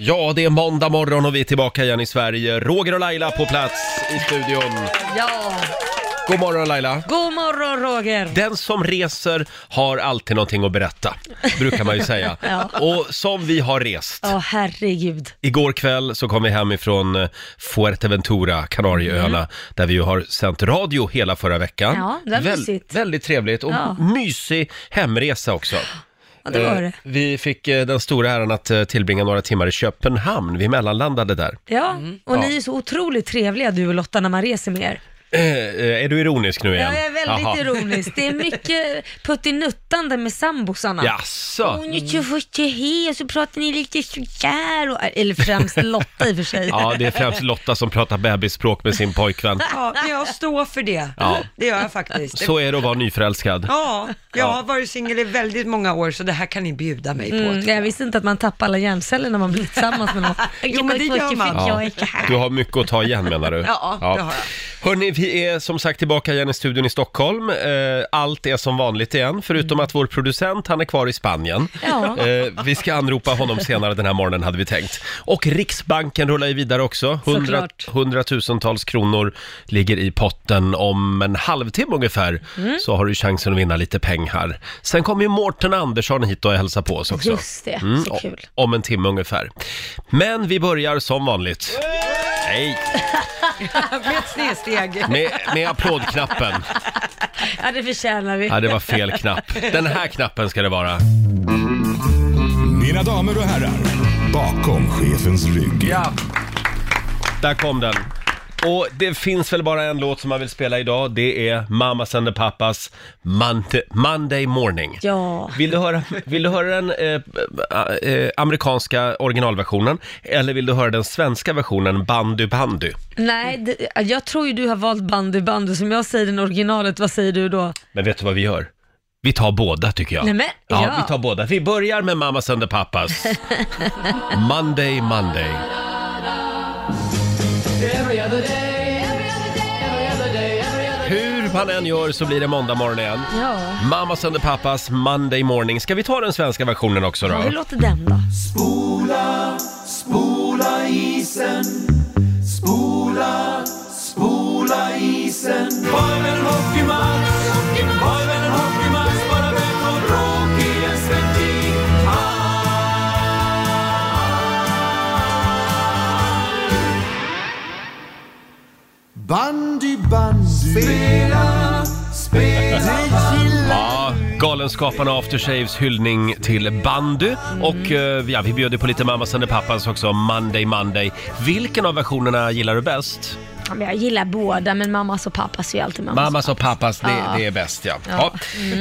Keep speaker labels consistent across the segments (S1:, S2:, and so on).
S1: Ja, det är måndag morgon och vi är tillbaka igen i Sverige. Roger och Laila på plats i studion.
S2: Ja,
S1: God morgon Laila!
S2: god morgon Roger!
S1: Den som reser har alltid någonting att berätta, brukar man ju säga.
S2: Ja.
S1: Och som vi har rest.
S2: Ja, herregud.
S1: Igår kväll så kom vi hem ifrån eh, Fuerteventura, Kanarieöarna, där vi ju har sänt radio hela förra veckan.
S2: Mm. Ja, det var mysigt.
S1: Väldigt trevligt och
S2: Ja.
S1: mysig hemresa också.
S2: Ja, det var
S1: Eh,
S2: det.
S1: Vi fick eh, den stora äran att eh, tillbringa några timmar i Köpenhamn. Vi mellanlandade där.
S2: Ja, och
S1: Ja.
S2: ni är så otroligt trevliga du och Lotta när man reser med er.
S1: Eh, eh, är du ironisk nu igen?
S2: Ja, jag är väldigt
S1: Jaha.
S2: ironisk. Det är mycket puttinuttande med sambosarna.
S1: Jaså?
S2: Hon är så först he och så pratar ni lite sådär. och- Eller främst Lotta i och för sig.
S1: Ja, det är främst Lotta som pratar bebisspråk med sin pojkvän.
S3: Ja, men jag står för det.
S1: Ja.
S3: Det gör jag faktiskt.
S1: Så är det att vara nyförälskad.
S3: Ja, jag har varit singel i väldigt många år så det här kan ni bjuda mig på.
S2: Mm, jag visste inte att man tappar alla hjärnceller när man blir tillsammans med någon.
S3: Jo, men det gör man.
S2: Ja. Jag är så här.
S1: Du har mycket att ta igen menar du?
S3: Ja, det har jag.
S1: Hörni, vi är som sagt tillbaka igen i studion i Stockholm. Eh, Allt är som vanligt igen, förutom att vår producent, han är kvar i Spanien.
S2: Ja.
S1: Eh, Vi ska anropa honom senare den här morgonen hade vi tänkt. Och Riksbanken rullar ju vidare också. Hundra,
S2: Såklart.
S1: hundratusentals kronor ligger i potten. Om en halvtimme ungefär
S2: Mm.
S1: så har du chansen att vinna lite pengar. Sen kommer ju Mårten Andersson hit och hälsar på oss också. Mm.
S2: Just det, så
S1: o-
S2: kul.
S1: Om en timme ungefär. Men vi börjar som vanligt. Nej,
S3: Med ett snedsteg.
S1: med, med applådknappen.
S2: Ja, det förtjänar vi.
S1: Ja, det var fel knapp. Den här knappen ska det vara.
S4: Mina damer och herrar, bakom chefens rygg.
S1: Ja. Där kom den. Och det finns väl bara en låt som man vill spela idag. Det är Mamas and the Papas Monday, Monday Morning.
S2: Ja.
S1: Vill du höra, vill du höra den eh, eh, eh, amerikanska originalversionen eller vill du höra den svenska versionen Bandy Bandy?
S2: Nej, det, jag tror ju du har valt bandy bandy. Som jag säger den originalet, vad säger du då?
S1: Men vet du vad vi gör? Vi tar båda tycker jag.
S2: Nej, men,
S1: ja,
S2: ja.
S1: vi tar båda. Vi börjar med Mamas and the Papas. Monday, Monday. Hur man än gör så blir det måndag morgon igen.
S2: Ja.
S1: Mamas and the Papas Monday morning. Ska vi ta den svenska versionen också
S2: Hur
S1: då?
S2: låter den då?
S5: Bandy, bandy. Spela, spela.
S1: Ja, Galenskaparna After Shaves hyllning till bandy och eh, ja, vi bjöd ju på lite Mamas and the Papas också, Monday Monday. Vilken av versionerna gillar du bäst?
S2: Ja, men jag gillar båda, men mammas och pappas är ju alltid mammas.
S1: Mamas och pappas, det,
S2: Ja. Mm.
S1: det är bäst ja. Ja.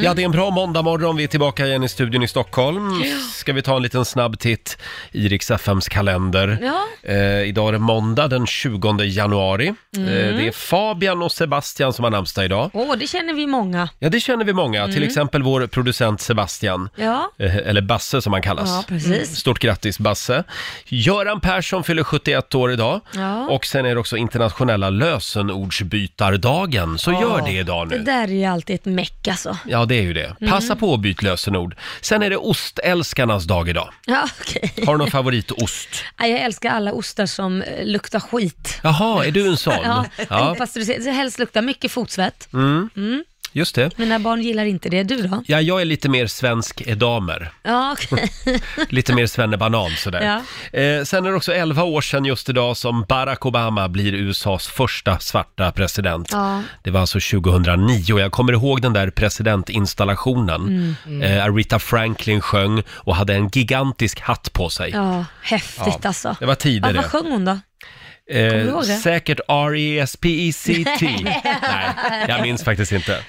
S1: ja, det är en bra måndagmorgon. Vi är tillbaka igen i studion i Stockholm. Ska vi ta en liten snabb titt i Rix FMs kalender.
S2: Ja. Mm.
S1: Eh, idag är det måndag den 20 januari. Eh, det är Fabian och Sebastian som har namnsdag idag.
S2: Åh, det känner vi många.
S1: Ja, det känner vi många. Till exempel vår producent Sebastian.
S2: Mm. Ja.
S1: Eh, Eller Basse som han kallas. Mm.
S2: Ja, precis.
S1: Stort grattis Basse. Göran Persson fyller 71 år idag.
S2: Ja.
S1: Och sen är det också internationella lösenordsbytardagen. Så gör det idag
S2: Det
S1: nu.
S2: där är ju alltid ett meck alltså.
S1: Ja, det är ju det. Passa på att byta lösenord. Sen är det ostälskarnas dag idag.
S2: Ja, okej.
S1: Har du någon favoritost?
S2: Ja, Jag älskar alla ostar som eh, luktar skit. Eh,
S1: Jaha, är du en sån?
S2: Ja,
S1: Ja, Mm.
S2: pasteuriserade. Så helst luktar mycket fotsvett.
S1: just det.
S2: Mina barn gillar inte det. Du då?
S1: Ja, jag är lite mer svensk edamer.
S2: Ja, okej.
S1: Lite mer svennebanan sådär. Eh, sen är det också 11 år sedan just idag som Barack Obama blir USAs första svarta president.
S2: Ja.
S1: Det var alltså 2009 och jag kommer ihåg den där presidentinstallationen.
S2: Mm.
S1: Eh, Aretha Franklin sjöng och hade en gigantisk hatt på sig.
S2: Ja, häftigt
S1: Ja,
S2: alltså.
S1: det var tider
S2: ja,
S1: det.
S2: Vad sjöng hon då? du
S1: Eh,
S2: ihåg det?
S1: säkert E R-E-S-P-E-C-T. Nej, jag minns faktiskt inte.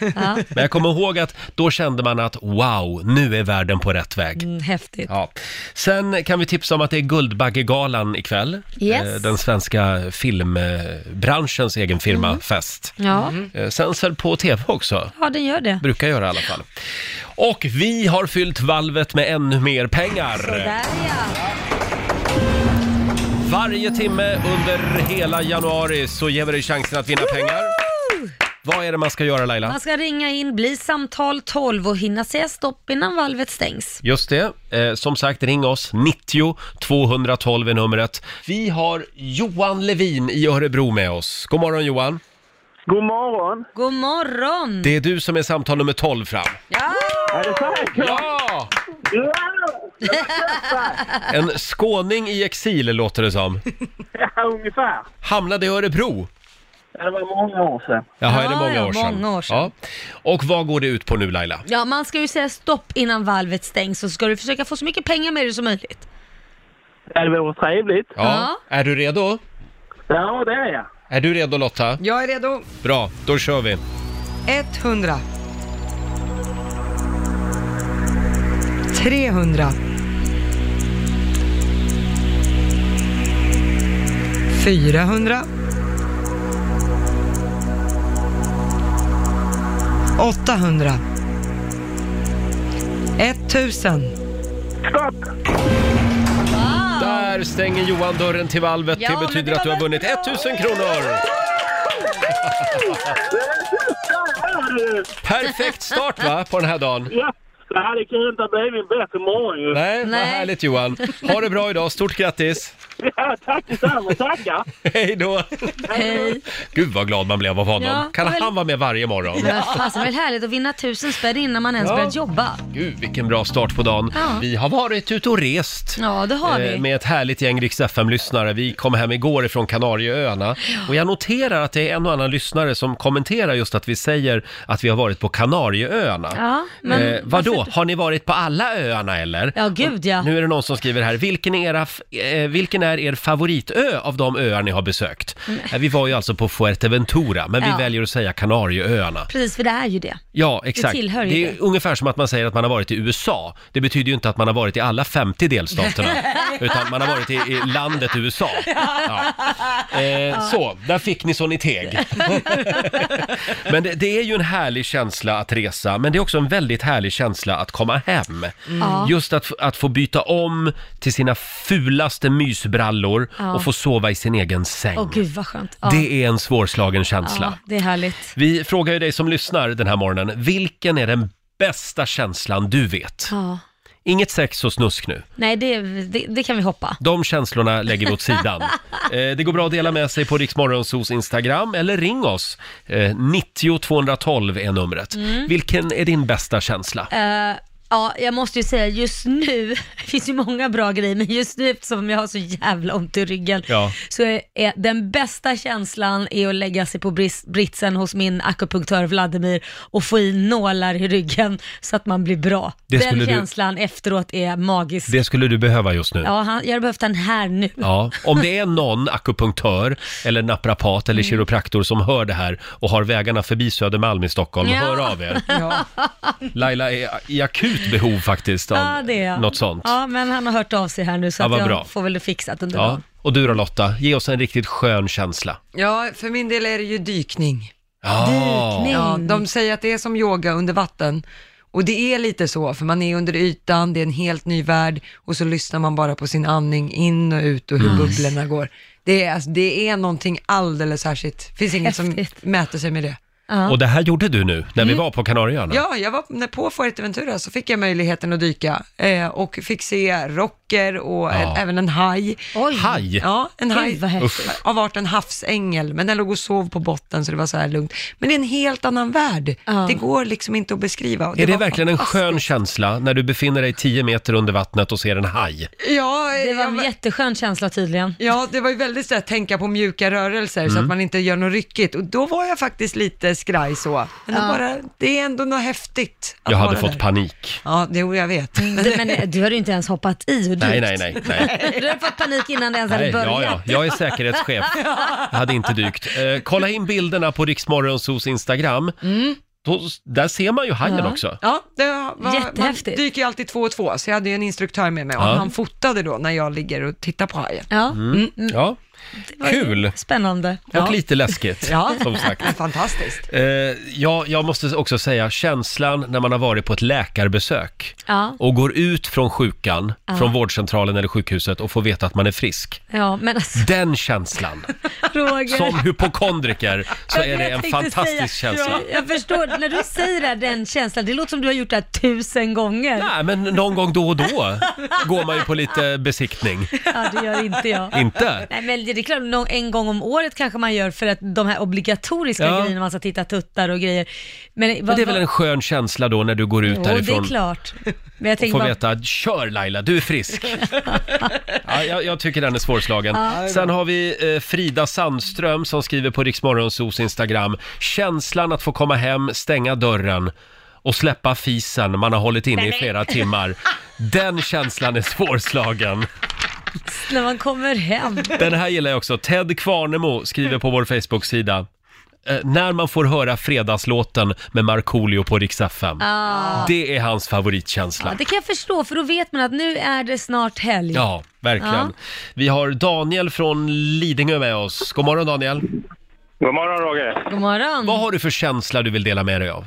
S1: Men jag kommer ihåg att då kände man att wow, nu är världen på rätt väg.
S2: Mm, häftigt.
S1: Ja. Sen kan vi tipsa om att det är Guldbaggegalan ikväll.
S2: Yes.
S1: Eh, Den svenska filmbranschens egen firmafest.
S2: Ja,
S1: Eh, Sänds väl på tv också?
S2: ja den gör det.
S1: Brukar göra i alla fall. Och vi har fyllt valvet med ännu mer pengar.
S2: Sådär ja.
S1: Varje timme under hela januari så ger vi dig chansen att vinna pengar. Vad är det man ska göra Laila?
S2: Man ska ringa in, bli samtal 12 och hinna säga stopp innan valvet stängs.
S1: Just det. Eh, som sagt, ring oss. 90 212 är numret. Vi har Johan Levin i Örebro med oss. God morgon Johan.
S6: God morgon!
S2: God morgon!
S1: Det är du som är samtal nummer 12 fram.
S2: Ja!
S6: Är det sant?
S1: Ja!
S6: Ja!
S1: En skåning i exil låter det som.
S6: ja, ungefär.
S1: Hamnade i Örebro.
S6: Det var många år sedan.
S1: Jaha, är det
S2: Ja,
S1: många
S2: ja,
S1: år sedan?
S2: många år sedan.
S1: Ja. Och vad går det ut på nu Laila?
S2: Ja, man ska ju säga stopp innan valvet stängs och så ska du försöka få så mycket pengar med det som möjligt.
S6: Ja, det vore trevligt.
S1: Ja. Är du redo?
S6: Ja, det är jag.
S1: Är du redo Lotta?
S3: Jag är redo.
S1: Bra, då kör vi.
S3: 100. 300. 400. 800. 1000.
S6: Stopp!
S1: Där stänger Johan dörren till valvet.
S2: Ja,
S1: det
S2: men
S1: betyder
S2: det
S1: att du
S2: var
S1: har
S2: väl
S1: vunnit 1000 kronor!
S6: Där är du!
S1: Perfekt start va, på den här dagen?
S6: Ja, det hade kunnat inte ha blivit en bättre morgon ju.
S1: Nej, vad
S2: Nej.
S1: härligt Johan. Ha det bra idag, stort grattis!
S6: Ja, tack detsamma, tackar!
S1: Hej då!
S2: Hej!
S1: Gud vad glad man blev av honom.
S2: Ja,
S1: kan
S2: och väl-
S1: han vara med varje morgon?
S2: Men fasen det är väl härligt att vinna tusen spänn innan man ens
S1: Ja.
S2: börjat jobba.
S1: Gud vilken bra start på dagen.
S2: Ja.
S1: Vi har varit ute och rest.
S2: Ja, det har
S1: eh,
S2: vi.
S1: Med ett härligt gäng Rix lyssnare Vi kom hem igår ifrån Kanarieöarna. Och jag noterar att det är en och annan lyssnare som kommenterar just att vi säger att vi har varit på Kanarieöarna.
S2: Ja, men
S1: eh, vadå, har ni varit på alla öarna eller?
S2: Ja, gud ja.
S1: Nu är det någon som skriver här, vilken är, era, f- eh, vilken är er favoritö av de öar ni har besökt? Eh, Vi var ju alltså på Fuerteventura, men vi
S2: Mm. Ja.
S1: väljer att säga Kanarieöarna.
S2: Precis, för det är ju det.
S1: Ja, exakt. Det,
S2: tillhör ju
S1: är
S2: det.
S1: ungefär som att man säger att man har varit i USA. Det betyder ju inte att man har varit i alla 50 delstaterna, utan man har varit i, i landet USA. Ja. Eh, så, där fick ni så ni teg. men det, det är ju en härlig känsla att resa, men det är också en väldigt härlig känsla att komma hem.
S2: Ja.
S1: Just att, f- att få byta om till sina fulaste mysbrallor
S2: Ja.
S1: och få sova i sin egen säng.
S2: Åh gud vad skönt. Ja.
S1: Det är en svårslagen känsla.
S2: ja, det är härligt.
S1: Vi frågar ju dig som lyssnar den här morgonen, vilken är den bästa känslan du vet?
S2: Ja.
S1: Inget sex och snusk nu.
S2: Nej, det, det, det kan vi hoppa.
S1: De känslorna lägger vi åt sidan. eh, det går bra att dela med sig på Riksmorgonsos Instagram eller ring oss. Eh, 90 212 är numret. Vilken är din bästa känsla?
S2: Mm. Eh, ja, jag måste ju säga just
S1: Mm.
S2: nu, det finns ju många bra grejer, men just nu eftersom jag har så jävla ont i ryggen,
S1: Ja.
S2: så är, är den bästa känslan är att lägga sig på bris, britsen hos min akupunktör Vladimir och få i nålar i ryggen så att man blir bra.
S1: Det skulle
S2: den
S1: du-
S2: känslan efteråt är magisk.
S1: Det skulle du behöva just nu.
S2: Ja, han, jag hade behövt den här nu.
S1: Ja, om det är någon akupunktör eller naprapat
S2: Mm.
S1: eller kiropraktor som hör det här och har vägarna förbi Södermalm i Stockholm,
S2: Ja.
S1: hör av er.
S3: Ja.
S1: Laila är i akut behov faktiskt av
S2: Ja, det är jag.
S1: något sånt.
S2: Ja, men han har hört av sig här nu så
S1: Ja, vad
S2: att jag
S1: bra.
S2: får väl det fixat under
S1: Ja.
S2: dagen.
S1: Och du då Lotta, ge oss en riktigt skön känsla.
S3: ja, för min del är det ju dykning.
S1: Ja.
S2: Dykning.
S3: Ja,
S2: Mm.
S3: de säger att det är som yoga under vatten. Och det är lite så, för man är under ytan, det är en helt ny värld och så lyssnar man bara på sin andning in och ut och hur bubblorna går. Det är, alltså, det är någonting alldeles särskilt. finns inget
S2: Häftigt.
S3: som mäter sig med det.
S1: Och det här gjorde du nu när
S2: Mm.
S1: vi var på Kanarieöarna.
S3: Ja, jag var när på Fuerteventura så fick jag möjligheten att dyka eh, och fick se rocker och
S1: Ja.
S3: ä- även en haj.
S2: Oj.
S1: Haj!
S3: Ja, en
S2: Gud,
S3: haj
S2: vad häftigt.
S3: Uff. av arten havsängel, men den låg och sov på botten så det var så här lugnt. Men det är en helt annan värld.
S2: Ja.
S3: Det går liksom inte att beskriva. och
S1: Är det
S3: var
S1: verkligen en
S3: fantastiskt.
S1: skön känsla när du befinner dig 10 meter under vattnet och ser en haj?
S3: Ja,
S2: Det var en
S3: jag,
S2: jätteskön känsla tydligen.
S3: ja, det var ju väldigt så här, tänka på mjuka rörelser så
S1: Mm.
S3: att man inte gör något ryckigt. Och då var jag faktiskt lite skraj så. Men det, bara, det är ändå något häftigt att
S1: Jag hade
S3: vara
S1: fått
S3: där.
S1: panik.
S3: Ja, det jo, jag vet. Men,
S2: Mm, Det- Men eh, du har ju inte ens hoppat i och
S1: Nej, nej,
S2: dykt.
S1: nej. nej.
S2: Du har fått panik innan det ens hade
S1: Nej,
S2: börjat.
S1: ja, ja. Jag är säkerhetschef. Jag hade inte dykt. Eh, kolla in bilderna på Riksmorgonsos Instagram. Då, där ser man ju hajen
S2: Mm. Ja.
S1: också.
S3: ja, det var, man
S2: Jättehäftigt.
S3: dyker ju alltid två och två, så jag hade ju en instruktör med mig och
S1: Ja.
S3: han fotade då när jag ligger och tittar på hajen.
S2: Ja.
S1: Ja.
S2: Det var
S1: Kul.
S2: Spännande.
S1: Mm. Och lite läskigt,
S3: Ja.
S1: som sagt.
S3: Fantastiskt.
S1: Eh, ja, jag måste också säga känslan när man har varit på ett läkarbesök
S2: Ja.
S1: och går ut från sjukan, från vårdcentralen eller sjukhuset och får veta att man är frisk.
S2: Ja, men alltså
S1: Den känslan,
S2: Roger.
S1: som hypokondriker, så
S2: Jag
S1: är det
S2: vet,
S1: en
S2: jag tänkte
S1: fantastisk
S2: säga.
S1: känsla.
S2: Ja, Jag förstår, när du säger det, här, den känslan, det låter som du har gjort det här tusen gånger. Ja,
S1: Nej, men någon gång då och då går man ju på lite besiktning.
S2: det gör inte jag.
S1: Inte?
S2: Nej men det är klart, någon, en gång om året kanske man gör för att de här obligatoriska
S1: Ja.
S2: grejerna, man ska titta tuttar och grejer. Men,
S1: Men
S2: vad-
S1: det är väl
S2: vad-
S1: en skön känsla då när du går ut
S2: Jo, det är
S1: därifrån
S2: klart. Men jag
S1: och
S2: tänker
S1: får
S2: bara,
S1: veta “Kör Laila, du är frisk”. ja, jag, jag tycker den är svårslagen. Sen har vi eh, Frida Sandström som skriver på Riksmorgonsos Instagram. Känslan att få komma hem, stänga dörren och släppa fisen man har hållit inne i flera timmar. Den känslan är svårslagen.
S2: när man kommer hem.
S1: Den här gillar jag också. Ted Kvarnemo skriver på vår Facebook-sida. Eh, när man får höra fredagslåten med Markoolio på Rix FM. Det är hans
S2: Ja,
S1: favoritkänsla.
S2: det kan jag förstå, för då vet man att nu är det snart helg.
S1: Ja, verkligen.
S2: Ja.
S1: Vi har Daniel från Lidingö med oss. God morgon Daniel.
S6: God morgon Roger.
S2: God morgon.
S1: Vad har du för känsla du vill dela med dig av?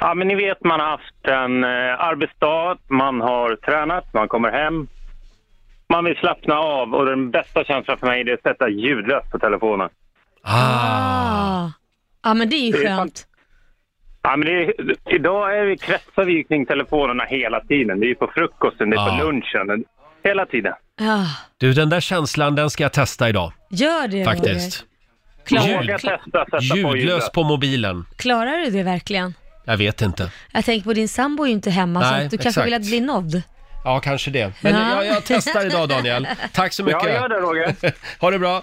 S6: Ja, men ni vet man har haft en eh, arbetsdag, man har tränat, man kommer hem. Man vill slappna av och den bästa känslan för mig det är att sätta ljudlöst på telefonen.
S1: Ah.
S2: Ah. Ja men det är ju
S6: Det är
S2: skönt.
S6: Ja, men det, idag är vi, kretsar vi ju kring telefonerna hela tiden. Det är ju på frukosten, det är
S1: Ja.
S6: på lunchen. Hela tiden.
S2: Ja,
S1: Du, den där känslan, den ska jag testa idag
S2: gör det
S1: faktiskt.
S2: Roger. Klar,
S1: Ljud-
S6: Våga testa sätta
S1: Ljudlös
S6: på ljudet.
S1: på mobilen.
S2: Klarar du det verkligen?
S1: Jag vet inte.
S2: Jag tänker på din sambo är ju inte hemma så
S1: Nej,
S2: att du kanske
S1: exakt.
S2: vill att bli nådd.
S1: Ja, kanske det. Men
S2: Ja.
S1: jag, jag testar idag Daniel. Tack så mycket.
S6: Ja, gör det Roger.
S1: Ha det bra.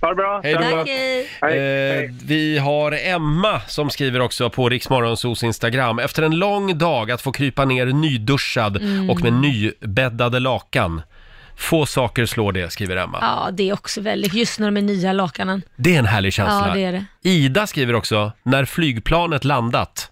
S6: Ha det bra.
S1: Hej då.
S2: Tack hej.
S6: Hej,
S1: Eh,
S6: hej.
S1: vi har Emma som skriver också på Riksmorgonsos Instagram. Efter en lång dag att få krypa ner nyduschad
S2: Mm.
S1: och med nybäddade lakan. Få saker slår det, skriver Emma.
S2: Ja, det är också väldigt, just när de är nya lakanen.
S1: Det är en härlig känsla.
S2: Ja, det är det.
S1: Ida skriver också, när flygplanet landat.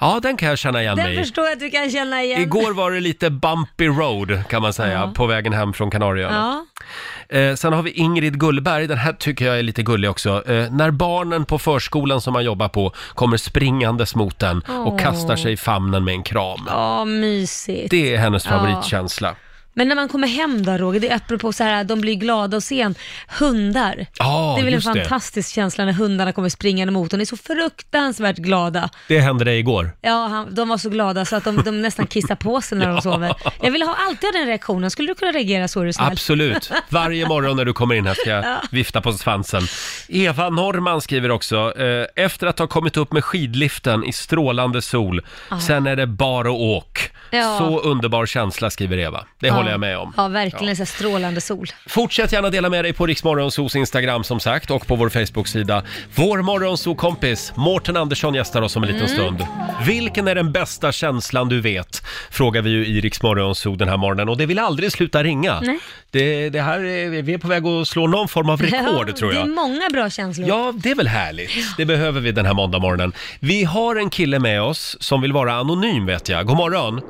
S1: Ja, den kan jag känna igen
S2: Den
S1: mig i.
S2: förstår jag att du kan känna igen.
S1: Igår var det lite bumpy road kan man säga,
S2: Ja.
S1: på vägen hem från Kanarieöarna.
S2: Ja,
S1: Eh, sen har vi Ingrid Gullberg, den här tycker jag är lite gullig också. Eh, när barnen på förskolan som man jobbar på kommer springandes mot den och
S2: Åh.
S1: kastar sig i famnen med en kram.
S2: ja mysigt.
S1: Det är hennes
S2: Ja.
S1: favoritkänsla.
S2: Men när man kommer hem då Roger, det är apropå så här, de blir glada och sen. Hundar.
S1: Ja,
S2: det är väl en
S1: just det.
S2: fantastisk känsla när hundarna kommer springande mot en. De är så fruktansvärt glada.
S1: Det hände dig igår.
S2: Ja, han, de var så glada så att de, de nästan kissar på sig när de sover. Jag vill ha alltid ha den reaktionen. Skulle du kunna reagera så är du snäll?
S1: Absolut. Varje morgon när du kommer in här ska jag vifta på svansen. Eva Norman skriver också, eh, efter att ha kommit upp med skidliften i strålande sol, sen är det bara och åk.
S2: Ja.
S1: Så underbar känsla skriver Eva. Det håller jag med om.
S2: Ja, verkligen. Så här strålande sol.
S1: Fortsätt gärna dela med dig på Riksmorgonsos Instagram som sagt och på vår Facebook-sida. Vår morgonsokompis Mårten Andersson gästar oss om en liten
S2: Mm.
S1: stund. Vilken är den bästa känslan du vet? Frågar vi ju i Riksmorgonso den här morgonen och det vill aldrig sluta ringa.
S2: Nej.
S1: Det, det här är, vi är på väg att slå någon form av rekord
S2: Ja,
S1: tror
S2: Det är
S1: jag.
S2: många bra känslor.
S1: Ja, det är väl härligt. Det behöver vi den här måndagmorgonen. Vi har en kille med oss som vill vara anonym vet jag. God morgon!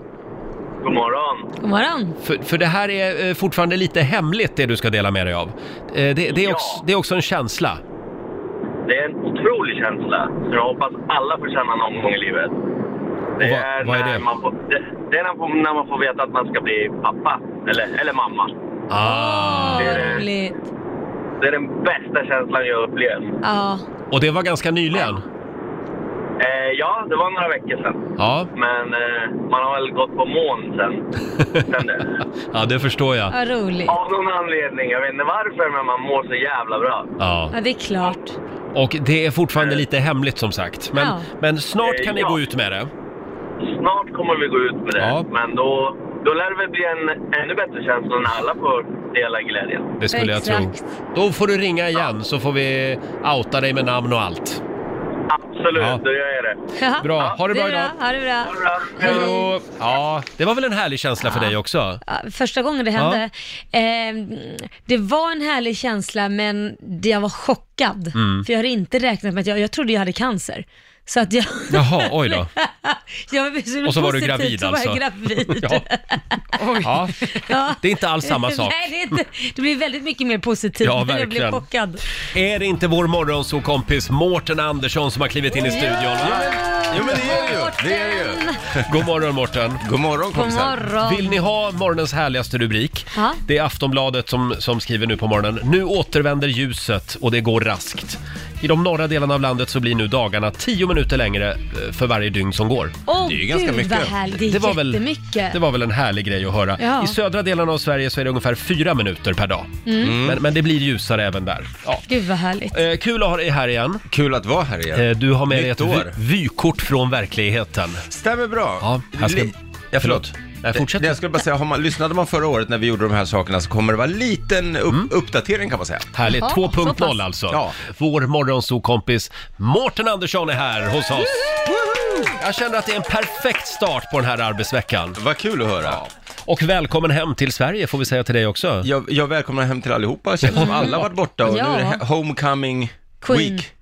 S6: God morgon.
S2: God morgon.
S1: För, för det här är eh, fortfarande lite hemligt det du ska dela med dig av. Eh, Det, det, är,
S7: Ja.
S1: också, det är också en känsla.
S7: Det är en otrolig känsla som jag hoppas alla får känna någon gång i livet.
S1: Och vad- vad är
S7: när
S1: det?
S7: Man får, det, det är när man, får, när man får veta att man ska bli pappa eller, eller mamma.
S1: Ah.
S2: Åh, vad
S7: det-
S2: roligt.
S7: Det är den bästa känslan jag upplevt.
S2: Ja.
S1: Och det var ganska nyligen?
S7: Eh, ja, det var några veckor sedan.
S1: Ja,
S7: Men eh, man har väl gått på mån sen, sen dess.
S1: ja det förstår jag.
S2: Vad roligt.
S7: Av någon anledning. Jag vet inte varför, men man mår så jävla bra.
S1: Ja.
S2: Ja, det är klart.
S1: Och det är fortfarande lite hemligt som sagt. Men,
S2: Ja.
S1: men snart
S7: Eh,
S1: kan ni
S7: ja.
S1: gå ut med det.
S7: Snart kommer vi gå ut med det.
S1: Ja.
S7: Men då, då lär det väl bli en ännu bättre känsla när alla får dela glädjen.
S1: Det skulle jag
S2: Exakt.
S1: tro. Då får du ringa igen så får vi outa dig med namn och allt.
S7: Absolut,
S1: Ja.
S7: då gör jag det.
S2: Ja.
S1: Bra, ha det bra
S2: är
S1: idag.
S2: Ha det bra.
S1: Hej då! Ja, det var väl en härlig känsla för dig också?
S2: Ja, Första gången det hände, eh, det var en härlig
S1: Mm.
S2: känsla men det- jag var chockad. För jag hade inte räknat med att jag, jag trodde jag hade cancer. Så att jag...
S1: Jaha, oj då.
S2: jag blev
S1: Och så var du
S2: positivt,
S1: gravid
S2: så var jag
S1: alltså?
S2: gravid.
S1: Ja. ja,
S2: Ja.
S1: det är inte alls samma sak.
S2: Nej, det, är inte, det blir väldigt mycket mer positivt
S1: Ja,
S2: när jag blir
S1: verkligen.
S2: chockad.
S1: Är det inte vår morgonsåkompis Mårten Andersson som har klivit in i studion?
S8: Jo men det är det ju. Det är det ju.
S1: God morgon Mårten!
S8: God morgon
S2: God
S8: kompisar.
S2: morgon.
S1: Vill ni ha morgonens härligaste rubrik?
S2: Ja.
S1: Det är Aftonbladet som, som skriver nu på morgonen. Nu återvänder ljuset och det går raskt. I de norra delarna av landet så blir nu dagarna 10 minuter längre eh, för varje dygn som går.
S2: Åh,
S8: Det är ju ganska
S2: gud,
S8: mycket.
S2: Vad härligt. Det är
S1: Det var väl-
S2: jättemycket.
S1: Det var väl en härlig grej att höra.
S2: Ja.
S1: I södra delarna av Sverige så är det ungefär 4 minuter per dag.
S2: Mm.
S1: Men, men det blir ljusare även där. Ja.
S2: Gud vad härligt.
S1: Eh, kul att ha dig här igen.
S8: Kul att vara här igen.
S1: Eh, du har med dig ett
S8: Nytt
S1: vy-
S8: år.
S1: vykort från verkligheten.
S8: Stämmer bra.
S1: Ja, jag ska-
S8: Li- Ja, förlåt.
S1: Nej, fortsätt.
S8: Det Jag skulle bara säga, har man, lyssnade man förra året när vi gjorde de här sakerna så kommer det vara en liten upp, uppdatering kan man säga.
S1: Härligt,
S2: Jaha,
S1: 2.0
S2: så
S1: alltså.
S8: Ja.
S1: Vår morgonsokompis Mårten Andersson är här hos oss. Jag känner att det är en perfekt start på den här arbetsveckan.
S8: Vad kul att höra.
S1: Och välkommen hem till Sverige får vi säga till dig också.
S8: Jag, jag välkomnar hem till allihopa, det känns som alla varit borta och nu är det
S2: Ja.
S8: he- homecoming
S2: Queen.
S8: week.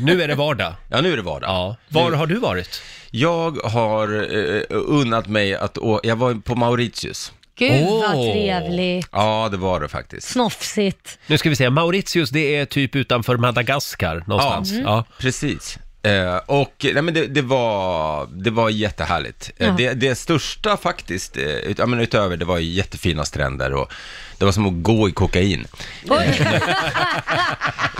S1: Nu är det vardag.
S8: Ja, nu är det vardag.
S1: Ja. Var har du varit?
S8: Jag har eh, unnat mig att å- jag var på Mauritius.
S2: Gud
S1: Åh.
S2: vad trevligt.
S8: Ja, det var det faktiskt.
S2: Snofsigt.
S1: Nu ska vi se, Mauritius det är typ utanför Madagaskar någonstans. Ja.
S8: Precis. Eh, och nej, men det, det, var, det var jättehärligt. Eh,
S2: Ja.
S8: Det, det största faktiskt, eh, ut, ja, men utöver det var ju jättefina stränder och det var som att gå i kokain.
S2: Oj,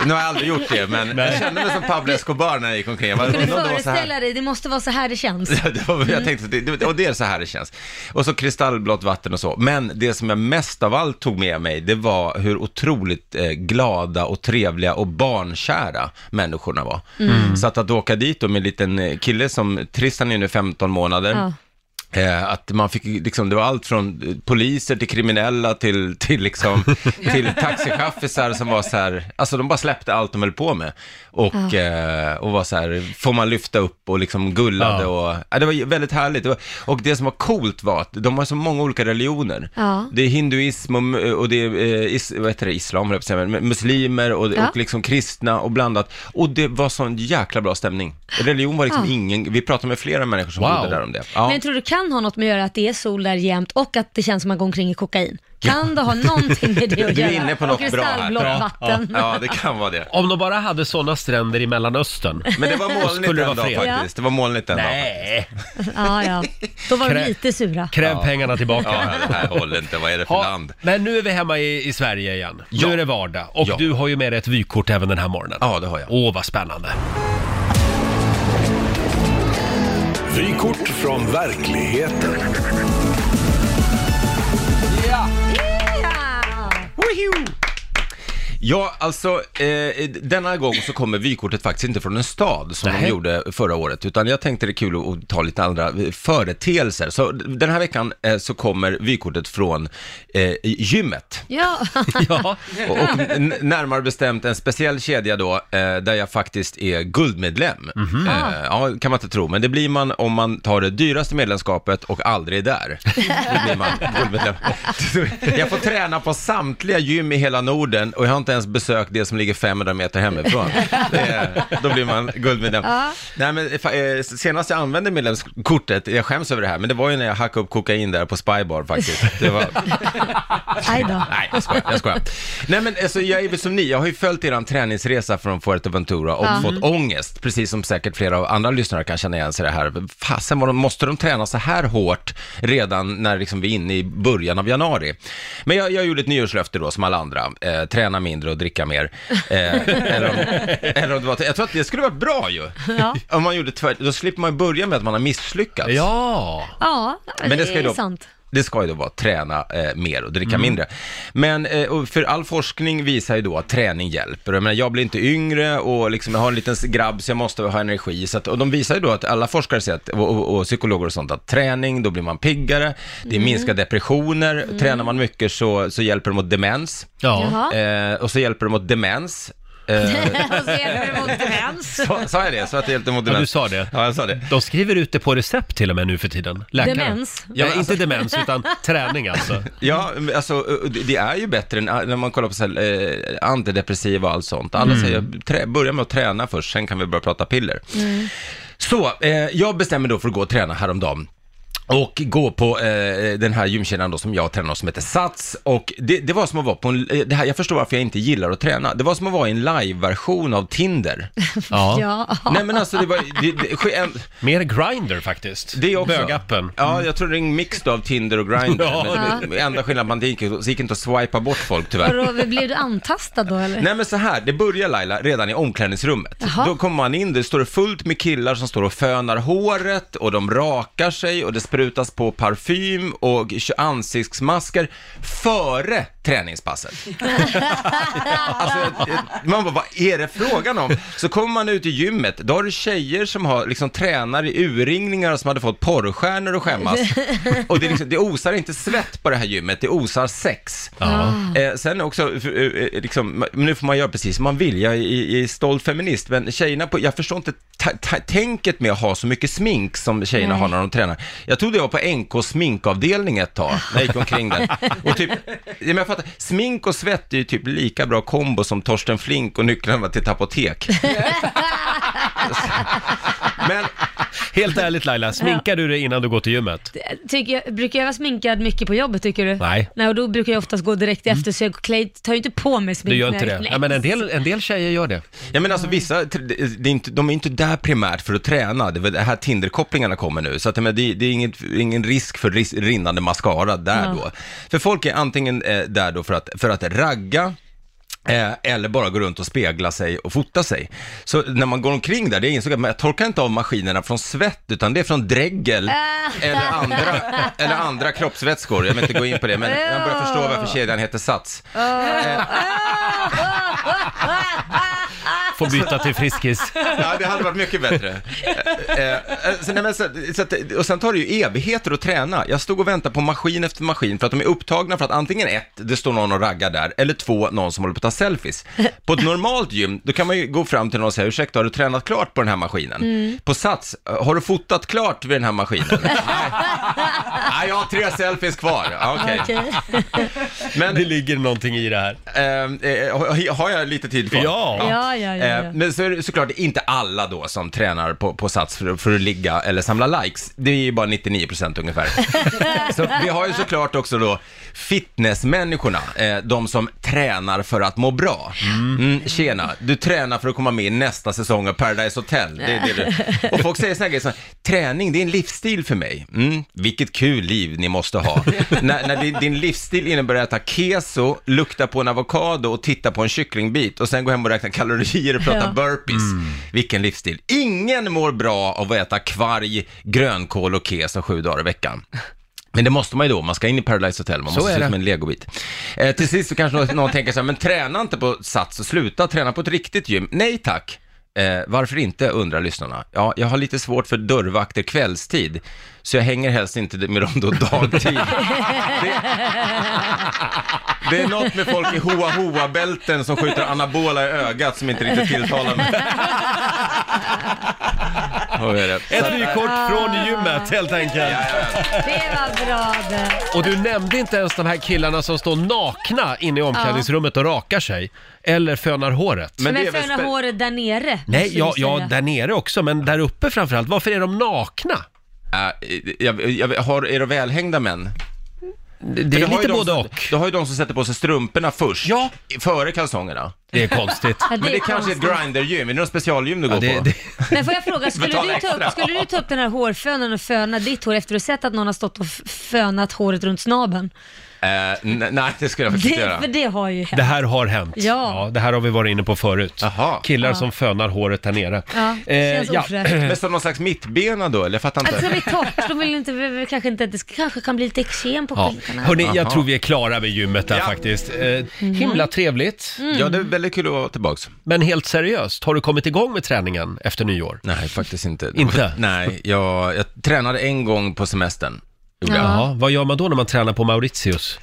S8: Nu har jag aldrig gjort det, men jag kände mig som Pablo Escobar när jag gick omkring. Jag bara,
S2: kan du
S8: undrar om det var så här.
S2: föreställa dig? Det måste vara så här det känns.
S8: Ja, det var, jag tänkte, att det, det, och det är så här det känns. Och så kristallblått vatten och så. Men det som jag mest av allt tog med mig, det var hur otroligt eh, glada och trevliga och barnkära människorna var. Så att, att åka dit och med en liten eh, kille som, Tristan är ju nu 15 månader.
S2: Ja.
S8: Eh, att man fick, liksom, det var allt från eh, poliser till kriminella till, till, liksom, till taxichaffisar som var så här, alltså de bara släppte allt de höll på med. Och, eh, och var så här, får man lyfta upp och liksom gullade
S1: Ja.
S8: och, ja, det var ju väldigt härligt. Det var, och det som var coolt var att de har så många olika religioner.
S2: Ja.
S8: Det är hinduism och, och det är, eh, is, vad heter det, islam, höll jag på att säga, men muslimer och,
S2: Ja.
S8: och liksom kristna och blandat. Och det var sån jäkla bra stämning. Religion var liksom
S2: Ja.
S8: ingen, vi pratade med flera människor som
S1: Wow.
S8: bodde där om det. Ja.
S2: Men tror du kan ha något med att göra att det är sol där jämt och att det känns som att man går omkring i kokain? Kan det ha någonting med det att
S8: Du
S2: göra?
S8: är inne på något bra här.
S2: Kristallblått
S8: Ja,
S2: vatten.
S8: Ja, det kan vara det.
S1: Om de bara hade sådana stränder i Mellanöstern.
S8: Men det var molnigt
S1: Skulle det
S8: en
S1: vara
S8: dag
S1: fred?
S8: faktiskt. Det var molnigt en dag.
S1: Nej,
S2: Ja, ja. Då var de
S1: Krä-
S2: lite sura.
S1: kräv pengarna tillbaka.
S8: Ja, det här håller inte. Vad är det för
S1: Ja,
S8: land?
S1: men nu är vi hemma i, i Sverige igen.
S8: Ja.
S1: Nu är det vardag och
S8: Ja.
S1: du har ju med dig ett vykort även den här morgonen.
S8: Ja, det har jag.
S1: Åh, vad spännande.
S4: Vykort från verkligheten.
S8: Ja, alltså eh, denna gång så kommer vykortet faktiskt inte från en stad som
S1: Nej.
S8: de gjorde förra året, utan jag tänkte det är kul att- att ta lite andra eh, företeelser. Så den här veckan eh, så kommer vykortet från eh, gymmet.
S2: Ja,
S1: Ja.
S8: Och, och n- närmare bestämt en speciell kedja då, eh, där jag faktiskt är guldmedlem. Eh, ja, kan man inte tro, men det blir man om man tar det dyraste medlemskapet och aldrig är där. Då blir man guldmedlem. Jag får träna på samtliga gym i hela Norden och jag har inte ens besökt det som ligger 500 meter hemifrån. Det, är- då blir man guldmedlem. Nej, men, fa- eh, senast jag använde medlemskortet, jag skäms över det här, men det var ju när jag hackade upp kokain där på Spybar faktiskt. Det var,
S2: aj då.
S8: Nej, jag skojar. Jag skojar. Nej, men alltså, jag är väl som ni. Jag har ju följt er träningsresa från Fuerteventura och
S2: Mm.
S8: fått ångest, precis som säkert flera av andra lyssnare kan känna igen sig i det här. Fasen, vad de, måste de träna så här hårt redan när liksom, vi är inne i början av januari? Men jag, jag gjorde ett nyårslöfte då, som alla andra. Eh, träna mindre och dricka mer. Eh, eller om, eller om det var, jag tror att det skulle vara bra ju.
S2: Ja.
S8: Om man gjorde tvärt, då slipper man ju börja med att man har misslyckats.
S1: ja.
S2: Ja,
S8: Men det ska ju
S2: är
S8: då,
S2: sant.
S8: Det ska ju då vara träna eh, mer och dricka
S1: Mm.
S8: mindre. Men eh, och för all forskning visar ju då att träning hjälper. Jag, menar, jag blir inte yngre och liksom, jag har en liten grabb så jag måste ha energi. Så att, och de visar ju då att alla forskare säger, att, och, och, och psykologer och sånt, att träning, då blir man piggare, det
S1: Mm.
S8: minskar depressioner, tränar man mycket så, så hjälper det mot demens.
S1: Ja.
S2: Jaha.
S8: Eh, och så hjälper det mot demens. Eh,
S2: Och så är det mot demens.
S8: sa- Sa jag det? Så att det hjälpte mot
S1: ja,
S8: demens?
S1: du sa det.
S8: Ja, jag sa det.
S1: De skriver ut det på recept till och med nu för tiden. Läkaren.
S2: Demens?
S1: Ja, inte demens utan träning alltså.
S8: Ja, men alltså det det är ju bättre än när man kollar på så här, eh, antidepressiva och allt sånt. Alla säger, trä, börja med att träna först, sen kan vi börja prata piller. Så, eh, jag bestämmer då för att gå och träna häromdagen. Och gå på eh, den här gymkedjan då som jag tränar hos som heter Sats. Och det, det var som att vara på en, eh, det här, jag förstår varför jag inte gillar att träna. Det var som att vara i en live-version av Tinder.
S2: Ja.
S8: Nej men alltså det var, det, det, ske- en-
S1: Mer Grindr faktiskt.
S8: det är också...
S1: Bögappen.
S8: Ja, jag tror det är en mix då av Tinder och Grindr.
S1: Ja.
S8: Men, men enda skillnaden man det gick, det gick inte att swipa bort folk tyvärr.
S2: Vadå, blev du antastad då eller?
S8: Nej men så här, det börjar Laila redan i omklädningsrummet.
S2: Jaha.
S8: Då kommer man in, det står fullt med killar som står och fönar håret och de rakar sig och det sprutas på parfym och ansiktsmasker före träningspasset. Alltså, eh, man bara, vad är det frågan om? Så kommer man ut i gymmet, då har du tjejer som har, liksom, tränar i urringningar som hade fått porrstjärnor att skämmas. Och det, är liksom, det osar inte svett på det här gymmet, det osar sex. Eh, sen också, eh, eh, liksom, men nu får man göra precis som man vill, jag är, är stolt feminist, men tjejerna på, jag förstår inte ta- ta- tänket med att ha så mycket smink som tjejerna har när de tränar. Jag trodde jag var på NK sminkavdelning ett tag, när jag gick omkring där. Och typ, ja, men jag fattar, smink och svett är ju typ lika bra kombo som Torsten Flink och nycklarna till ett apotek. men,
S1: Helt ärligt Laila, sminkar du dig innan du går till gymmet?
S2: Tycker jag, brukar jag vara sminkad mycket på jobbet tycker du?
S1: Nej.
S2: Nej, och då brukar jag oftast gå direkt
S8: Mm.
S2: efter så jag klär, tar ju inte på mig smink.
S1: Du gör
S2: när
S1: inte
S2: jag-
S1: det?
S2: Nej.
S1: Ja, men en del, en del tjejer gör det.
S8: Ja men alltså vissa, det är inte, de är inte där primärt för att träna, det är väl det här Tinder-kopplingarna kommer nu, så att, men det, det är inget, ingen risk för ris, rinnande mascara där då. För folk är antingen eh, där då för att, för att ragga, Eh, eller bara gå runt och spegla sig och fota sig. Så när man går omkring där, det insåg jag, men jag torkar inte av maskinerna från svett, utan det är från dregel eller andra, eller andra kroppsvätskor. Jag vill inte gå in på det, men jag börjar förstå varför kedjan heter Sats.
S1: Får byta till Friskis.
S8: Ja, det hade varit mycket bättre. Eh, eh, så, nej, men, så, så att, och sen tar det ju evigheter att träna. Jag stod och väntade på maskin efter maskin för att de är upptagna för att antingen ett, det står någon och raggar där, eller två, någon som håller på att ta selfies. På ett normalt gym, då kan man ju gå fram till någon och säga, ursäkta, har du tränat klart på den här maskinen?
S2: Mm.
S8: På Sats, har du fotat klart vid den här maskinen? Nej, Nej, jag har tre selfies kvar. Ja, Okej.
S2: Okej.
S8: Men
S1: Det ligger någonting i det här.
S8: eh, eh, har- har jag lite tid kvar?
S1: Ja.
S2: Ja, ja, ja,
S8: Eh,
S2: ja.
S8: Men så är det såklart inte alla då som tränar på, på Sats för, för att ligga eller samla likes. Det är ju bara 99% ungefär. så vi har ju såklart också då fitnessmänniskorna, eh, de som tränar för att må bra. Mm, tjena, du tränar för att komma med i nästa säsong av Paradise Hotel. Det, är det du. Och folk säger såna här grejer som, träning det är en livsstil för mig. Mm, vilket kul liv ni måste ha. när när din, din livsstil innebär att äta keso, lukta på en avokado och titta på en kycklingbit och sen gå hem och räkna kalorier och prata
S2: Ja.
S8: burpees.
S1: Mm.
S8: Vilken livsstil. Ingen mår bra av att äta kvarg, grönkål och keso sju dagar i veckan. Men det måste man ju då, man ska in i Paradise Hotel, man
S1: Så
S8: måste
S1: är
S8: se ut
S1: det.
S8: som en legobit. Eh, till sist så kanske någon, någon tänker så här, men träna inte på Sats och sluta träna på ett riktigt gym. Nej tack. Eh, varför inte, undrar lyssnarna. Ja, jag har lite svårt för dörrvakter kvällstid, så jag hänger helst inte med dem då dagtid. Det, det är något med folk i hoa hoa bälten som skjuter anabola i ögat som inte riktigt tilltalar mig. Så är det. Så
S1: Ett
S8: att-
S1: vykort från gymmet helt enkelt.
S2: Det var bra det.
S1: Och du nämnde inte ens de här killarna som står nakna inne i omklädningsrummet och rakar sig. Eller fönar håret.
S2: Men,
S8: det är
S2: men
S8: väl
S2: föna
S8: spe-
S2: håret där nere.
S1: Nej,
S2: måste
S1: ja,
S2: vi säga.
S1: ja, där nere också, men där uppe framförallt. Varför är de nakna?
S8: Äh, jag, jag, har, är det välhängda män?
S1: Det, det är
S8: För har ju
S1: lite
S8: de
S1: både
S8: som,
S1: och.
S8: Du har ju de som sätter på sig strumporna först,
S1: Ja.
S8: i- före kalsongerna.
S1: Det är konstigt.
S2: Ja,
S8: Men det,
S2: är
S8: kanske är
S2: konstigt.
S8: ett grindergym, är det något specialgym du
S1: Ja,
S8: går
S1: det,
S8: på?
S1: det,
S2: Men får jag fråga, skulle
S8: Betala
S2: du, ta
S8: extra.
S2: upp, skulle du ta upp den här hårfönen och föna ditt hår efter att du sett att någon har stått och f- fönat håret runt snabben?
S8: Eh, n- nej, det skulle jag faktiskt inte
S2: Det,
S8: göra.
S2: för det har ju hänt.
S1: det här har hänt.
S2: Ja.
S1: det här har vi varit inne på förut.
S8: Jaha.
S1: Killar som fönar håret där nere. Eh,
S2: Ja,
S8: eh,
S2: det känns ofräscht.
S8: Men som någon slags mittbena då, eller jag fattar inte.
S2: Alltså det är torrt, de vill inte, vi- vi kanske inte, det ska- kanske kan bli lite eksem på
S1: Ja.
S2: skinkorna.
S1: Hörni, jag
S8: Jaha.
S1: tror vi är klara med gymmet där
S8: Ja.
S1: faktiskt. Eh,
S2: Mhm.
S1: himla trevligt,
S8: Ja, det är väldigt kul att vara tillbaks.
S1: men helt seriöst. Har du kommit igång med träningen efter nyår?
S8: Nej, faktiskt inte.
S1: Inte?
S8: Nej, jag, jag tränade en gång på semestern. Gjorde jag.
S1: Jaha, vad gör man då när man tränar på Mauritius?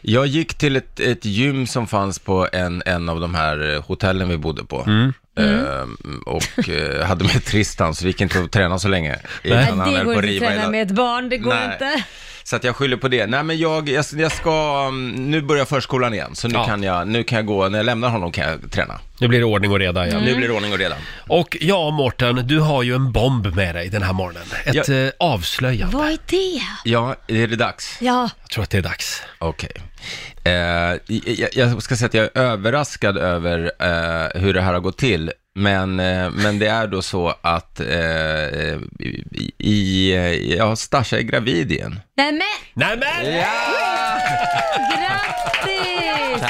S8: Jag gick till ett, ett gym som fanns på en, en av de här eh, hotellen vi bodde på. Ehm, och eh, hade med Tristan, så det gick inte att träna så länge. innan
S2: Mm. Nej,
S8: han
S2: det
S8: höll
S2: går
S8: på
S2: inte
S8: att
S2: att
S8: riva
S2: träna
S8: hela-
S2: med ett barn, det går
S8: Nej.
S2: inte.
S8: Så att jag skyller på det. Nej men jag, jag, jag ska, mm, nu börjar förskolan igen. Så nu,
S1: Ja.
S8: kan jag, nu kan jag gå, när jag lämnar honom kan jag träna.
S2: Mm.
S1: Nu blir det ordning och reda igen.
S8: Nu blir det ordning och reda.
S1: Och ja, Mårten, du har ju en bomb med dig den här morgonen. Ett
S8: Ja.
S1: eh, avslöjande.
S2: Vad är det?
S8: Ja, är det dags?
S2: Ja,
S1: Jag tror att det är dags.
S8: Okej. Eh, jag, jag ska säga att jag är överraskad över eh, hur det här har gått till. Men, eh, men det är då så att eh, i, i, ja, Stasha är gravid igen.
S2: nej men
S1: Nej men!
S2: grattis!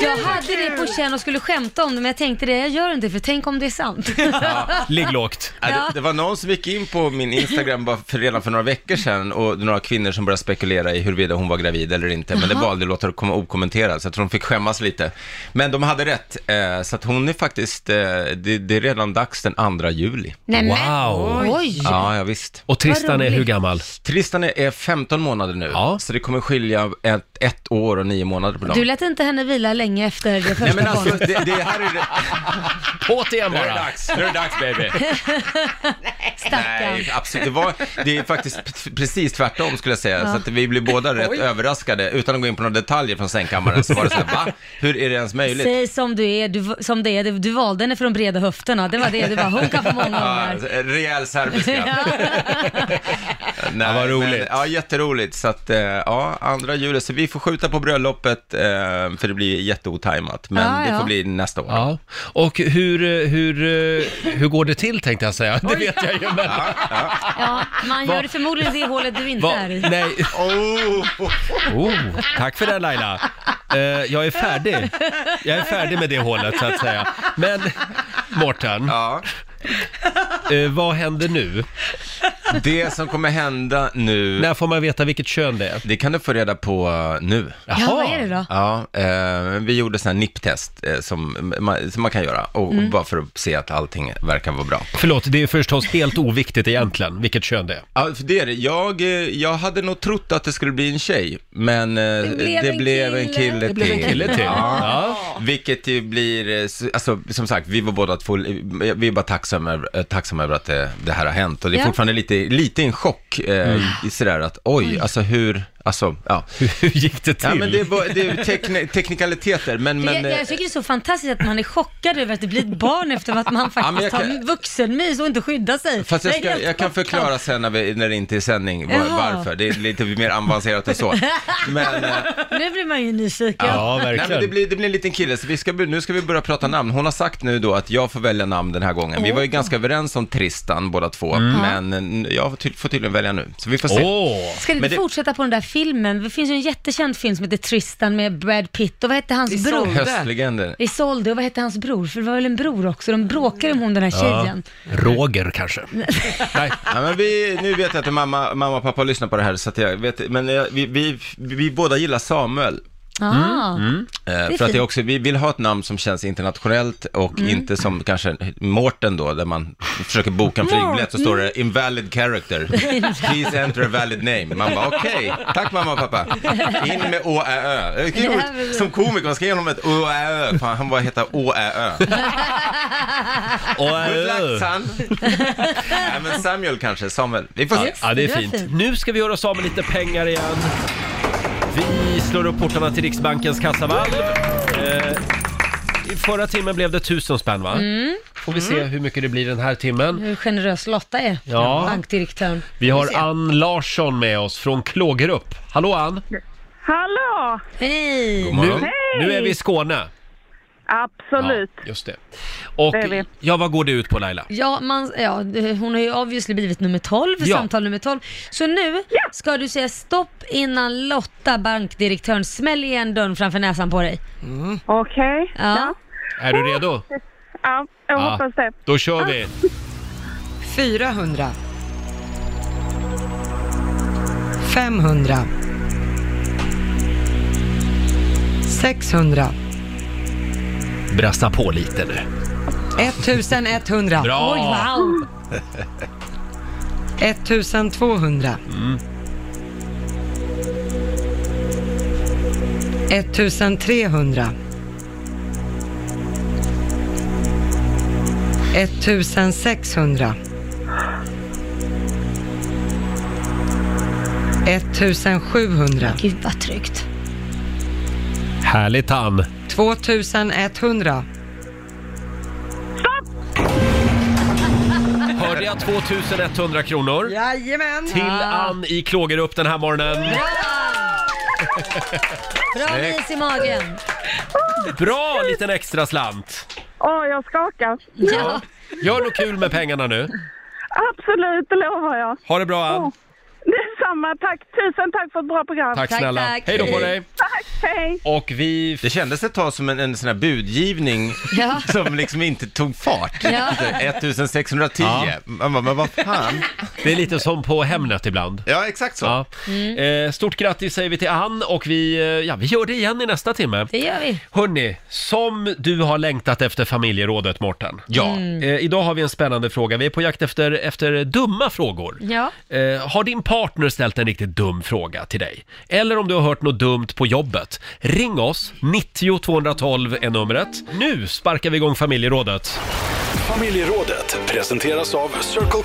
S2: Jag hade det på känn och skulle skämta om det, men jag tänkte det, jag gör inte för tänk om det är sant.
S1: Ligg lågt.
S8: Ja. Ah, Det, det var någon som gick in på min Instagram bara för, redan för några veckor sedan och några kvinnor som började spekulera i huruvida hon var gravid eller inte, men det valde att låta det komma okommenterat, så jag tror de fick skämmas lite. Men de hade rätt, eh, så att hon är faktiskt, eh, det, det är redan dags den 2 juli.
S2: Nej,
S1: Wow.
S2: Men, oj!
S8: Ja, ja visst.
S1: Och Tristan är hur gammal?
S8: Tristan är- är 15 månader nu,
S1: Ja.
S8: så det kommer skilja ett, ett år och nio månader på dem.
S2: Du lät inte henne vila länge efter det första
S8: Nej men alltså,
S2: barnet.
S8: det, det här är det.
S1: Åt igen
S8: Nu är det
S1: bara!
S8: dags, nu är det dags baby.
S2: Stackarn.
S8: Nej, absolut. Det, var, det är faktiskt p- precis tvärtom skulle jag säga. Så att vi blev båda rätt överraskade. Utan att gå in på några detaljer från sängkammaren så var det så här, va? Hur är det ens möjligt?
S2: Säg som du är, du, som det är. Du valde henne för de breda höfterna. Det var det du bara, hon kan få många
S8: Ja, alltså.
S2: ungar.
S8: rejäl serbiska.
S2: Ja.
S8: Nej,
S1: vad roligt.
S8: ja, jätteroligt. Så att, eh, ja, andra juli. Så vi får skjuta på bröllopet, eh, för det blir jätteotajmat. Men
S2: Ja,
S8: det
S2: ja.
S8: får bli nästa år.
S1: Ja. Och hur, eh, hur, eh, hur går det till tänkte jag säga. Det vet jag ju men...
S2: Ja, man
S1: Va-
S2: gör det förmodligen i det hålet du inte
S1: Va?
S2: är i.
S1: Nej.
S8: Oh.
S1: Oh, tack för det Laila. Eh, jag är färdig. Jag är färdig med det hålet så att säga. Men Mårten,
S8: Ja.
S1: eh, vad händer nu?
S8: Det som kommer hända nu,
S1: När får man veta vilket kön det är?
S8: det kan du få reda på eh, nu.
S2: Ja, vad är det då?
S8: Ja, eh, vi gjorde sådana här nipptest eh, som, man, som man kan göra, och, bara för att se att allting verkar vara bra.
S1: Förlåt, det är förstås helt oviktigt egentligen vilket kön det är.
S8: Ja, för det är det. Jag, eh, jag hade nog trott att det skulle bli en tjej, men eh, det
S2: blev
S8: blev,
S2: en
S8: en
S2: kille.
S8: kille
S1: Det blev en kille till. Ja.
S8: Vilket ju blir, eh, s- alltså som sagt, vi var båda två, eh, vi är bara tacksamma, över- eh, tacksamma över att det, det här har hänt. Och det är
S2: Ja.
S8: fortfarande lite, lite en chock, eh, i sådär att oj, alltså hur, alltså, ja.
S1: Hur gick det till?
S8: Ja men det, var, det är tekni- teknikaliteter, men... men
S2: jag,
S8: eh,
S2: jag tycker det är så fantastiskt att man är chockad över att det blir ett barn efter att man
S8: Ja, men
S2: faktiskt
S8: jag
S2: tar
S8: kan-
S2: vuxenmys och inte skyddar sig.
S8: Fast jag,
S2: är
S8: ska,
S2: helt
S8: jag kan
S2: chockad.
S8: förklara sen när, vi, när det inte är sändning var,
S2: Jaha.
S8: varför. Det är lite mer avancerat än så. Men, eh,
S2: Nu blir man ju nyfiken.
S1: Ja,
S8: nej, men
S1: verkligen.
S8: det, blir, det blir en liten kille, så vi ska, nu ska vi börja prata namn. Hon har sagt nu då att jag får välja namn den här gången. Vi var ju ganska överens om Tristan båda två, men eh, jag får, ty- får tydligen välja nu. Så vi får se.
S1: Mm. Åh!
S2: Ska du
S8: Men
S2: inte
S8: det-
S2: fortsätta på den där filmen? Det finns ju en jättekänd film som heter Tristan med Brad Pitt och vad hette hans
S3: Isolde.
S2: bror?
S8: Höstlegender.
S2: Isolde och vad hette hans bror? För det var väl en bror också? De bråkar om hon den här tjejen.
S1: Roger kanske? Nej.
S8: Ja, men vi, nu vet jag att mamma, mamma och pappa lyssnar på det här, så att jag vet, men eh, vi, vi, vi båda gillar Samuel.
S2: Ah.
S8: Eh,
S2: är
S8: för att det
S2: fint. Mm.
S8: är också, vi vill ha ett namn som känns internationellt och inte som kanske Mårten då, där man försöker boka en flygbiljett så står det
S2: mm.
S8: invalid character. Please enter a valid name. Man bara okej, tack mamma och pappa. In med å ä ö. Det är kul.
S2: Ja, men-
S8: Som komiker, man ska ge honom ett å ä ö. Fan, han bara heter å ä ö.
S1: Och,
S8: Good luck son. Nej men Samuel kanske, Samuel. Vi får se.
S1: Ja, det är
S2: Det var
S1: fint.
S2: fint.
S1: Nu ska vi göra oss av med lite pengar igen. Vi slår upp portarna till Riksbankens kassavalv. Eh, I förra timmen blev det tusen spänn, va?
S2: Mm.
S1: Får vi se hur mycket det blir den här timmen.
S2: Hur generös Lotta är,
S1: Ja.
S2: bankdirektören.
S1: Vi har Ann Larsson med oss från Klågerup. Hallå Ann!
S9: Hallå!
S2: Hej!
S8: God morgon.
S1: Nu, nu är vi i Skåne.
S9: Absolut.
S1: Ja, just det. Och
S9: Det är vi.
S1: ja, vad går det ut på Laila?
S2: Ja, man, ja, det- hon har ju obviously blivit nummer 12,
S1: Ja.
S2: samtal nummer 12. Så nu ska du säga stopp innan Lotta, bankdirektören, smäller igen dörren framför näsan på dig.
S9: Okej.
S2: Ja.
S9: Ja.
S1: Är du redo?
S9: ja, jag
S1: Ja.
S9: hoppas det.
S1: Då kör vi!
S3: 400. 500. 600.
S1: Brassa på lite nu.
S3: 1100.
S1: Bra!
S2: Oj, wow!
S3: 1200. 1300. 1600. 1700,
S2: Gud vad tryggt.
S1: Härlig Tam.
S3: 2100,
S1: Hörde jag 2100 kronor?
S3: Jajamän!
S1: Till Ann i Klågerup den här morgonen.
S2: Bra med is i magen.
S1: Bra liten extra slant.
S9: Åh, jag skakar.
S2: Ja.
S1: Gör något kul med pengarna nu.
S9: Absolut, det lovar jag.
S1: Ha det bra Ann.
S9: Detsamma, tack. Tusen tack för ett bra program.
S1: Tack
S2: Tack,
S1: snälla.
S2: tack.
S1: Hej då på
S8: Hej.
S1: dig.
S9: Tack, hej.
S1: Och vi...
S8: Det kändes ett tag som en, en sån här budgivning
S2: Ja.
S8: som liksom inte tog fart.
S2: Ja.
S8: 1610.
S1: Ja.
S8: Man bara, men vad fan?
S1: Det är lite som på Hemnet ibland.
S8: Ja, exakt så.
S1: Ja. Eh, stort grattis säger vi till Ann och vi, eh, ja, vi gör det igen i nästa timme.
S2: Det gör vi.
S1: Hörni, som du har längtat efter familjerådet Morten.
S8: Ja.
S1: Eh, idag har vi en spännande fråga. Vi är på jakt efter, efter dumma frågor.
S2: Ja.
S1: Eh, har din partner ställt en riktigt dum fråga till dig? Eller om du har hört något dumt på jobbet? Ring oss, 90 212 är numret. Nu sparkar vi igång familjerådet.
S4: Familjerådet presenteras av Circle K.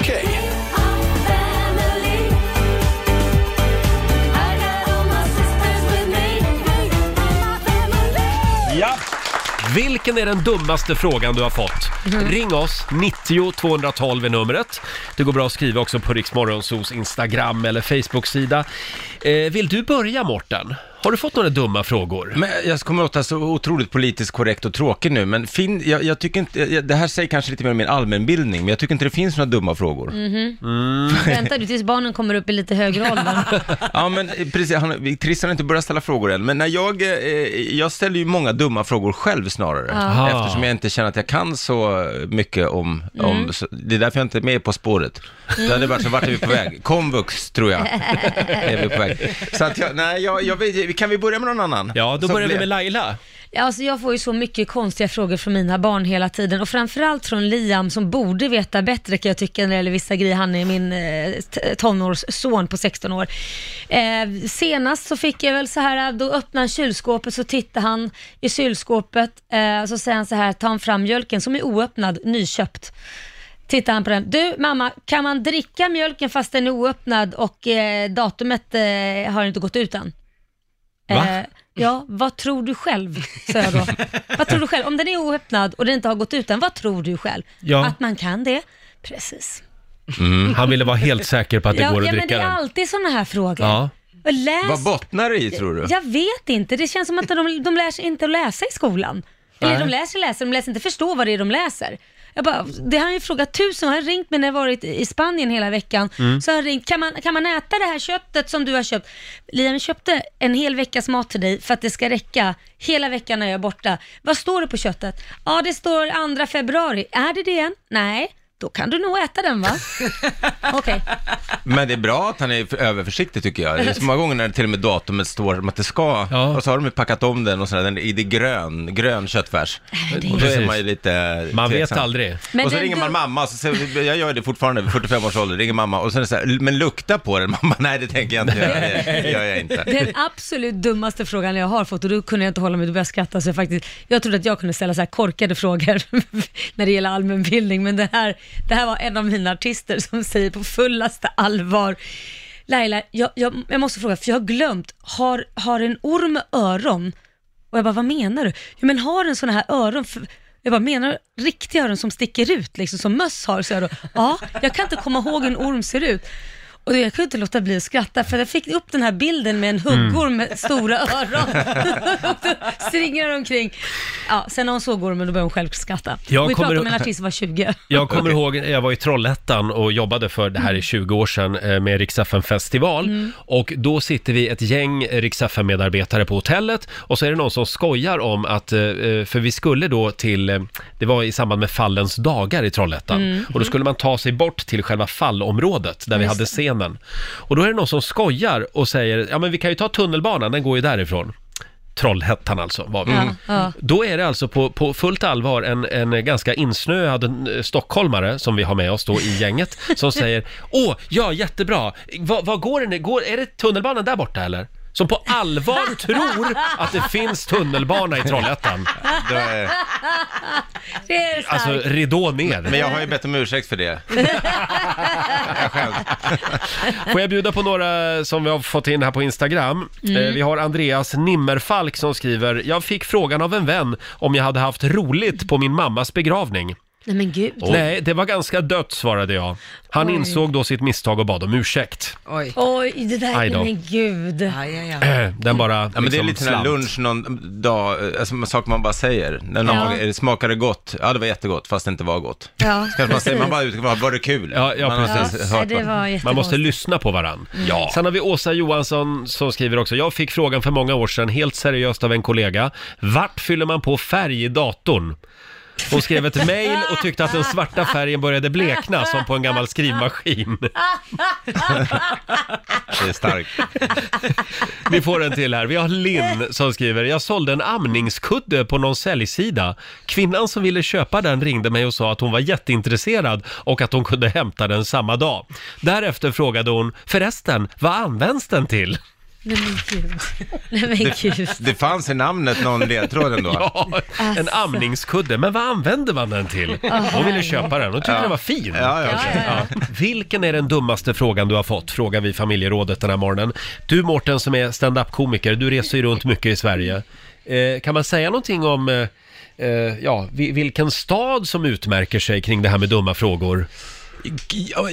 S1: Ja. Vilken är den dummaste frågan du har fått?
S2: Mhm.
S1: Ring oss, 90 212 är numret. Det går bra att skriva också på Riksmorgonsos Instagram eller Facebook-sida. Eh, vill du börja Morten? Har du fått några dumma frågor?
S8: Men jag kommer låta så otroligt politiskt korrekt och tråkig nu, men fin, jag, jag tycker inte, jag, det här säger kanske lite mer om min allmänbildning, men jag tycker inte det finns några dumma frågor.
S2: Väntar du tills barnen kommer upp i lite högre ålder?
S8: Ja, men eh, precis, han, Christian har inte börjat ställa frågor än, men när jag, eh, jag ställer ju många dumma frågor själv snarare,
S1: Ah.
S8: eftersom jag inte känner att jag kan så mycket om, om så, det är därför jag inte är med På spåret. Det hade varit så, vart är vi på väg? Komvux, tror jag, är vi på väg. Så att jag, nej, jag, jag vet, kan vi börja med någon annan?
S1: Ja, då
S8: Som
S1: börjar vi
S8: blev-
S1: med Laila.
S2: Ja, Alltså jag får ju så mycket konstiga frågor från mina barn hela tiden och framförallt från Liam som borde veta bättre kan jag tycka när det gäller vissa grejer. Han är min eh, t- tonårsson på 16 år. Eh, senast så fick jag väl så här, då öppnar han kylskåpet så tittar han i kylskåpet eh, så säger han så här, tar han fram mjölken som är oöppnad, nyköpt. Tittar han på den. Du mamma, kan man dricka mjölken fast den är oöppnad och eh, datumet eh, har inte gått ut än?
S1: Va?
S2: Eh, ja, vad tror du själv? sa jag då. vad tror du själv? Om den är oöppnad och den inte har gått ut än, vad tror du själv?
S1: Ja.
S2: Att man kan det? Precis.
S8: Mm.
S1: Han ville vara helt säker på att det
S2: ja,
S1: går att
S2: ja, men det
S1: dricka
S2: är
S1: den.
S2: alltid sådana här frågor.
S1: Ja.
S2: Och läs...
S8: Vad bottnar det i, tror du?
S2: Jag vet inte, det känns som att de, de lär sig inte att läsa i skolan. Eller de läser läser, de läser inte förstå vad det är de läser. Jag bara, det har han ju frågat tusen, han har ringt mig när jag varit i Spanien hela veckan.
S8: Mm.
S2: Så har han ringt, kan man, kan man äta det här köttet som du har köpt? Liam, jag köpte en hel veckas mat till dig för att det ska räcka hela veckan när jag är borta. Vad står det på köttet? Ja, det står 2 februari. Är det det än? Nej, då kan du nog äta den va? Okej.
S8: Men det är bra att han är för- överförsiktig tycker jag. Det är så många gånger när det till och med datumet står som att det ska,
S1: Ja.
S8: och så har de ju packat om den och sådär, den, i det grön, grön köttfärs.
S2: det
S8: Och då
S1: Precis.
S8: är man ju lite
S1: Man vet
S8: tveksam.
S1: aldrig.
S2: Men
S8: och så
S2: den
S8: ringer man
S2: dum-
S8: mamma, så säger, jag gör det fortfarande vid 45 års ålder, ringer mamma och sen är det så här, men lukta på den mamma, nej det tänker jag inte göra, det gör jag inte.
S2: Den absolut dummaste frågan jag har fått och då kunde jag inte hålla mig, då började jag skratta. Så jag, faktiskt, jag trodde att jag kunde ställa så här korkade frågor när det gäller allmänbildning, men det här, det här var en av mina artister som säger på fullaste allvar Laila, jag, jag, jag måste fråga, för jag har glömt, har, har en orm öron? Och jag bara, vad menar du? Ja, men har den sådana här öron? För, jag bara, menar du riktiga öron som sticker ut, liksom som möss har? Så jag då, ja, jag kan inte komma ihåg hur en orm ser ut. Och jag kunde inte låta bli att skratta, för jag fick upp den här bilden med en
S1: Mm.
S2: huggorm med stora öron. och då springer den omkring. Ja, sen när hon såg ormen, då började hon själv skratta.
S1: Jag
S2: och vi
S1: kommer-
S2: pratade om en artist som var 20.
S1: Jag kommer ihåg, jag var i Trollhättan och jobbade för, det här är 20 år sedan, eh, med Rix FM festival. Och då sitter vi ett gäng Rix FM medarbetare på hotellet och så är det någon som skojar om att, eh, eh, för vi skulle då till, eh, det var i samband med Fallens dagar i Trollhättan. Och då skulle man ta sig bort till själva fallområdet där vi hade scenen. Och då är det någon som skojar och säger, ja men vi kan ju ta tunnelbanan, den går ju därifrån. Trollhättan alltså, var vi.
S2: Ja.
S1: Då är det alltså på, på fullt allvar en, en ganska insnöad eh, stockholmare som vi har med oss då i gänget som säger Åh, ja jättebra, vad, vad går den, går, är det tunnelbanan där borta eller? som på allvar tror att det finns tunnelbana i Trollhättan.
S8: Det var,
S2: Det är starkt.
S1: Alltså ridå
S8: men
S1: ner.
S8: jag har ju bett om ursäkt för det. jag skämt.
S1: Får jag bjuda på några som vi har fått in här på Instagram?
S2: Mm.
S1: Eh, Vi har Andreas Nimmerfalk som skriver, jag fick frågan av en vän om jag hade haft roligt på min mammas begravning.
S2: Nej men gud.
S1: Nej, det var ganska dött svarade jag. Han
S2: Oj.
S1: insåg då sitt misstag och bad om ursäkt.
S3: Oj.
S2: Oj, det där,
S1: Aj då.
S2: nej men gud.
S3: Aj, aj, aj.
S1: Eh, Den bara
S8: Ja, men det är
S1: liksom
S8: lite sån här
S1: slant.
S8: lunch någon dag, eh, alltså, sak man bara säger. När någon
S2: Ja.
S8: frågar, "Är det smakar det gott? Ja, det var jättegott, fast det inte var gott.
S2: Ja,
S8: Kanske man säger,
S2: precis.
S8: man bara utgår, "Vad var det kul?
S1: Ja, ja,
S8: man har
S1: precis.
S8: inte ens
S2: Nej,
S8: hört
S2: det
S8: vad-
S2: var jättekonstigt.
S1: Man måste lyssna på varann.
S8: Mm. Ja.
S1: Sen har vi Åsa Johansson som skriver också, jag fick frågan för många år sedan helt seriöst av en kollega, vart fyller man på färg i datorn? Hon skrev ett mejl och tyckte att den svarta färgen började blekna som på en gammal skrivmaskin.
S8: Det är starkt.
S1: Vi får en till här. Vi har Linn som skriver, jag sålde en amningskudde på någon säljsida. Kvinnan som ville köpa den ringde mig och sa att hon var jätteintresserad och att hon kunde hämta den samma dag. Därefter frågade hon, förresten, vad används den till?
S2: Nej men gud. Nej men gud.
S8: Det fanns i namnet någon ledtråd ändå.
S1: Ja, en
S2: Alltså.
S1: amningskudde. Men vad använde man den till? Hon ville köpa den. Hon tyckte den var fin.
S8: Ja, ja, okej.
S1: Ja. Vilken är den dummaste frågan du har fått? Frågar vi familjerådet den här morgonen. Du Mårten som är standup-komiker, du reser ju runt mycket i Sverige. Eh, kan man säga någonting om eh, eh, ja, vi- vilken stad som utmärker sig kring det här med dumma frågor?
S8: Ja,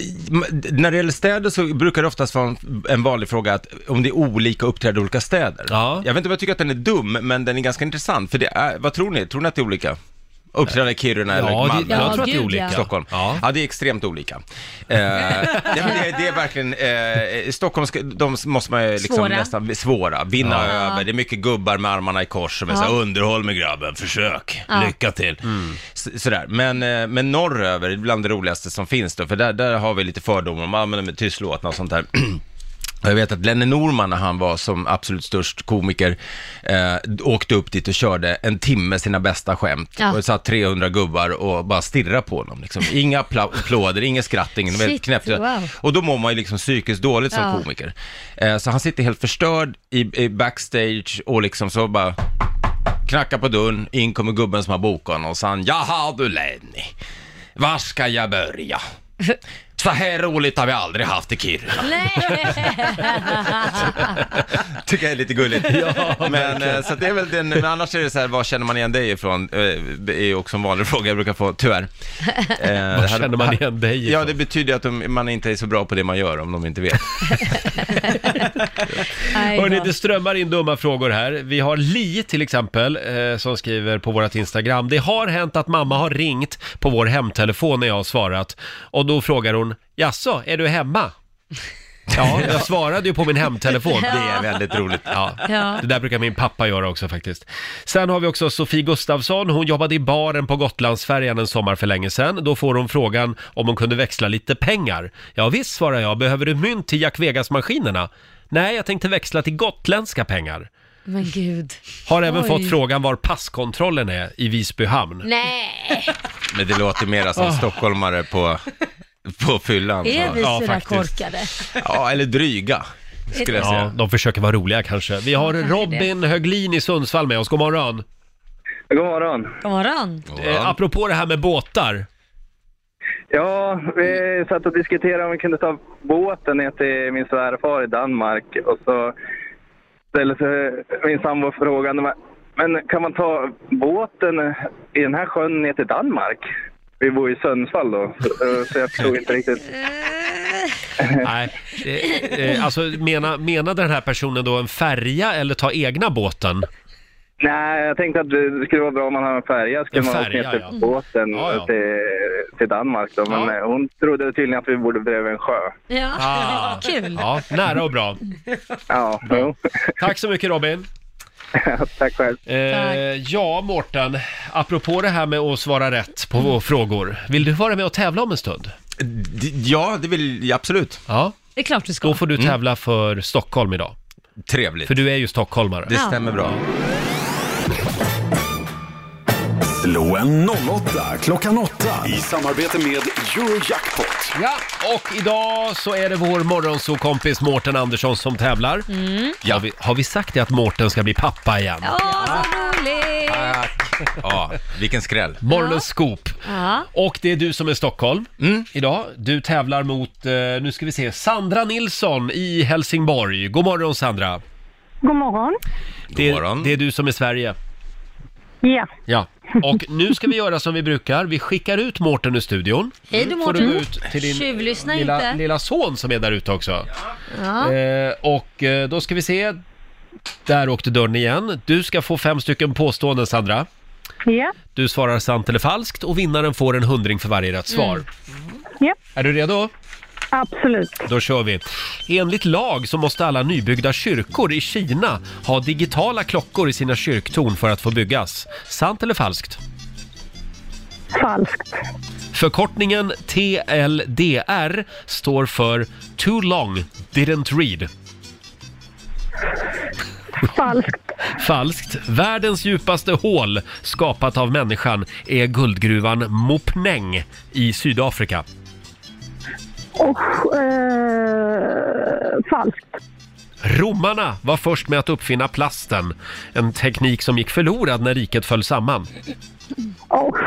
S8: När det gäller städer så brukar det oftast vara en- en vanlig fråga att om det är olika och uppträder i olika städer.
S1: Ja.
S8: Jag vet inte om jag tycker att den är dum, men den är ganska intressant. För det är, vad tror ni? Tror ni att det är olika? Uppträda i Kiruna eller
S1: Ja, det-
S8: Malmö?
S1: jag
S2: Ja,
S1: tror att det är
S2: gud,
S1: olika.
S2: ja.
S8: Stockholm.
S1: Ja.
S8: Ja. det är extremt olika. Eh, ja, men det, det är verkligen, eh, Stockholm, ska- de måste man ju liksom
S2: Svåra.
S8: nästan, svåra, vinna över. Det är mycket gubbar med armarna i kors som är så här, underhåll med grabben, försök,
S2: Ja.
S8: lycka till.
S1: Mm.
S8: S- sådär, men, eh, men norröver är bland det roligaste som finns då, för där, där har vi lite fördomar om, ja men de är tystlåtna och sånt där. Och Jag vet att Lenne Norman, när han var som absolut störst komiker, eh, åkte upp dit och körde en timme sina bästa skämt.
S2: Ja.
S8: Och det satt 300 gubbar och bara stirrade på honom. Liksom. Inga pla- applåder, inget skratt, ingen
S2: Shit,
S8: väldigt knäppt.
S2: wow.
S8: Och då mår man ju liksom psykiskt dåligt som
S2: Ja.
S8: komiker. Eh, så han sitter helt förstörd i, i backstage och liksom så bara knackar på dörren, in kommer gubben som har bokat honom och sa han, jaha du Lenny, var ska jag börja? Så här roligt har vi aldrig haft i Kiruna. Tycker jag är lite gulligt. men, eh, så att det är väl den, men annars är det så här, vad känner man igen dig ifrån? Eh, Det är ju också en vanlig fråga jag brukar få, tyvärr. Eh,
S1: Vad känner man igen dig
S8: Ja,
S1: ifrån?
S8: det betyder ju att de, man inte är så bra på det man gör om de inte vet.
S2: Aj då.
S1: Hörni, det strömmar in dumma frågor här. Vi har Li till exempel eh, som skriver på vårt Instagram. Det har hänt att mamma har ringt på vår hemtelefon när jag har svarat och då frågar hon Jaså, är du hemma? Ja, jag svarade ju på min hemtelefon.
S8: Det är väldigt roligt.
S1: Ja.
S2: Ja.
S1: Det där brukar min pappa göra också faktiskt. Sen har vi också Sofie Gustafsson. Hon jobbade i baren på Gotlandsfärjan en sommar för länge sedan. Då får hon frågan om hon kunde växla lite pengar. Ja visst, svarar jag. Behöver du mynt till Jack Vegas-maskinerna? Nej, jag tänkte växla till gotländska pengar.
S2: Men gud.
S1: Har även
S2: Oj.
S1: fått frågan var passkontrollen är i Visby hamn.
S2: Nej,
S8: Men det låter mera som stockholmare på, på fyllan.
S2: är
S8: så.
S2: vi
S1: Ja,
S2: så där
S1: faktiskt.
S2: korkade?
S8: Ja, eller dryga, skulle jag
S1: Ja,
S8: säga.
S1: de försöker vara roliga kanske. Vi har Robin Höglin i Sundsvall med oss. God morgon.
S6: God morgon.
S2: God morgon.
S1: Eh,
S8: Ja.
S1: apropå det här med båtar.
S6: Ja, vi satt och diskuterade om vi kunde ta båten ner till min svärfar i Danmark. Och så ställde sig min sambo frågan, men kan man ta båten i den här sjön ner till Danmark? Vi bor i Sundsvall då, så- så jag förstod inte riktigt.
S1: Nej, eh, eh, alltså mena, menade den här personen då en färja eller ta egna båten?
S6: Nej, jag tänkte att det skulle vara bra om man har en färja. Skulle
S1: En
S6: man
S1: färja,
S6: åka ner
S1: ja.
S6: till båten
S1: Ja, ja.
S6: Till, till Danmark då. Men
S1: Ja.
S6: eh, hon trodde tydligen att vi bodde bredvid en sjö.
S2: Ja, kul.
S1: Ja, nära och bra.
S6: Ja, jo.
S1: Tack så mycket Robin.
S6: Tack själv.
S1: Eh, ja, Mårten, apropå det här med att svara rätt på våra frågor. Vill du vara med och tävla om en stund?
S8: D- Ja, det vill jag absolut.
S1: Ja,
S2: Det är klart du ska.
S1: då får du tävla för Stockholm idag.
S8: Trevligt.
S1: För du är ju stockholmare.
S8: Det stämmer bra.
S4: Slå en 08 klockan 8 i samarbete med Eurojackpot.
S1: Ja, och idag så är det vår morgonsokompis Mårten Andersson som tävlar. Ja. Har, vi, har vi sagt det att Mårten ska bli pappa igen?
S2: Åh, så roligt!
S8: Ja, vilken skräll.
S1: Morgonens skop.
S2: Ja.
S1: Och det är du som är Stockholm idag. Du tävlar mot, eh, nu ska vi se, Sandra Nilsson i Helsingborg. God morgon Sandra.
S9: God morgon.
S1: Det,
S8: morgon.
S1: det är du som är Sverige.
S9: Ja.
S1: Ja. Och nu ska vi göra som vi brukar. Vi skickar ut Mårten ur studion.
S2: Hej då
S1: Får du gå
S2: Mårten.
S1: ut till din
S2: Tjuvlyssna
S1: lilla,
S2: inte.
S1: lilla son som är där ute också.
S2: Ja.
S1: Eh, och eh, då ska vi se. Där åkte dörren igen. Du ska få fem stycken påståenden Sandra.
S9: Ja.
S1: Du svarar sant eller falskt och vinnaren får en hundring för varje rätt svar.
S9: Ja.
S1: Är du redo?
S9: Absolut.
S1: Då kör vi. Enligt lag så måste alla nybyggda kyrkor i Kina ha digitala klockor i sina kyrktorn för att få byggas. Sant eller falskt?
S9: Falskt.
S1: Förkortningen TLDR står för Too long didn't read.
S9: Falskt.
S1: Falskt. Världens djupaste hål skapat av människan är guldgruvan Mopneng i Sydafrika.
S9: Och, eh, falskt.
S1: Romarna var först med att uppfinna plasten, en teknik som gick förlorad när riket föll samman.
S9: Och,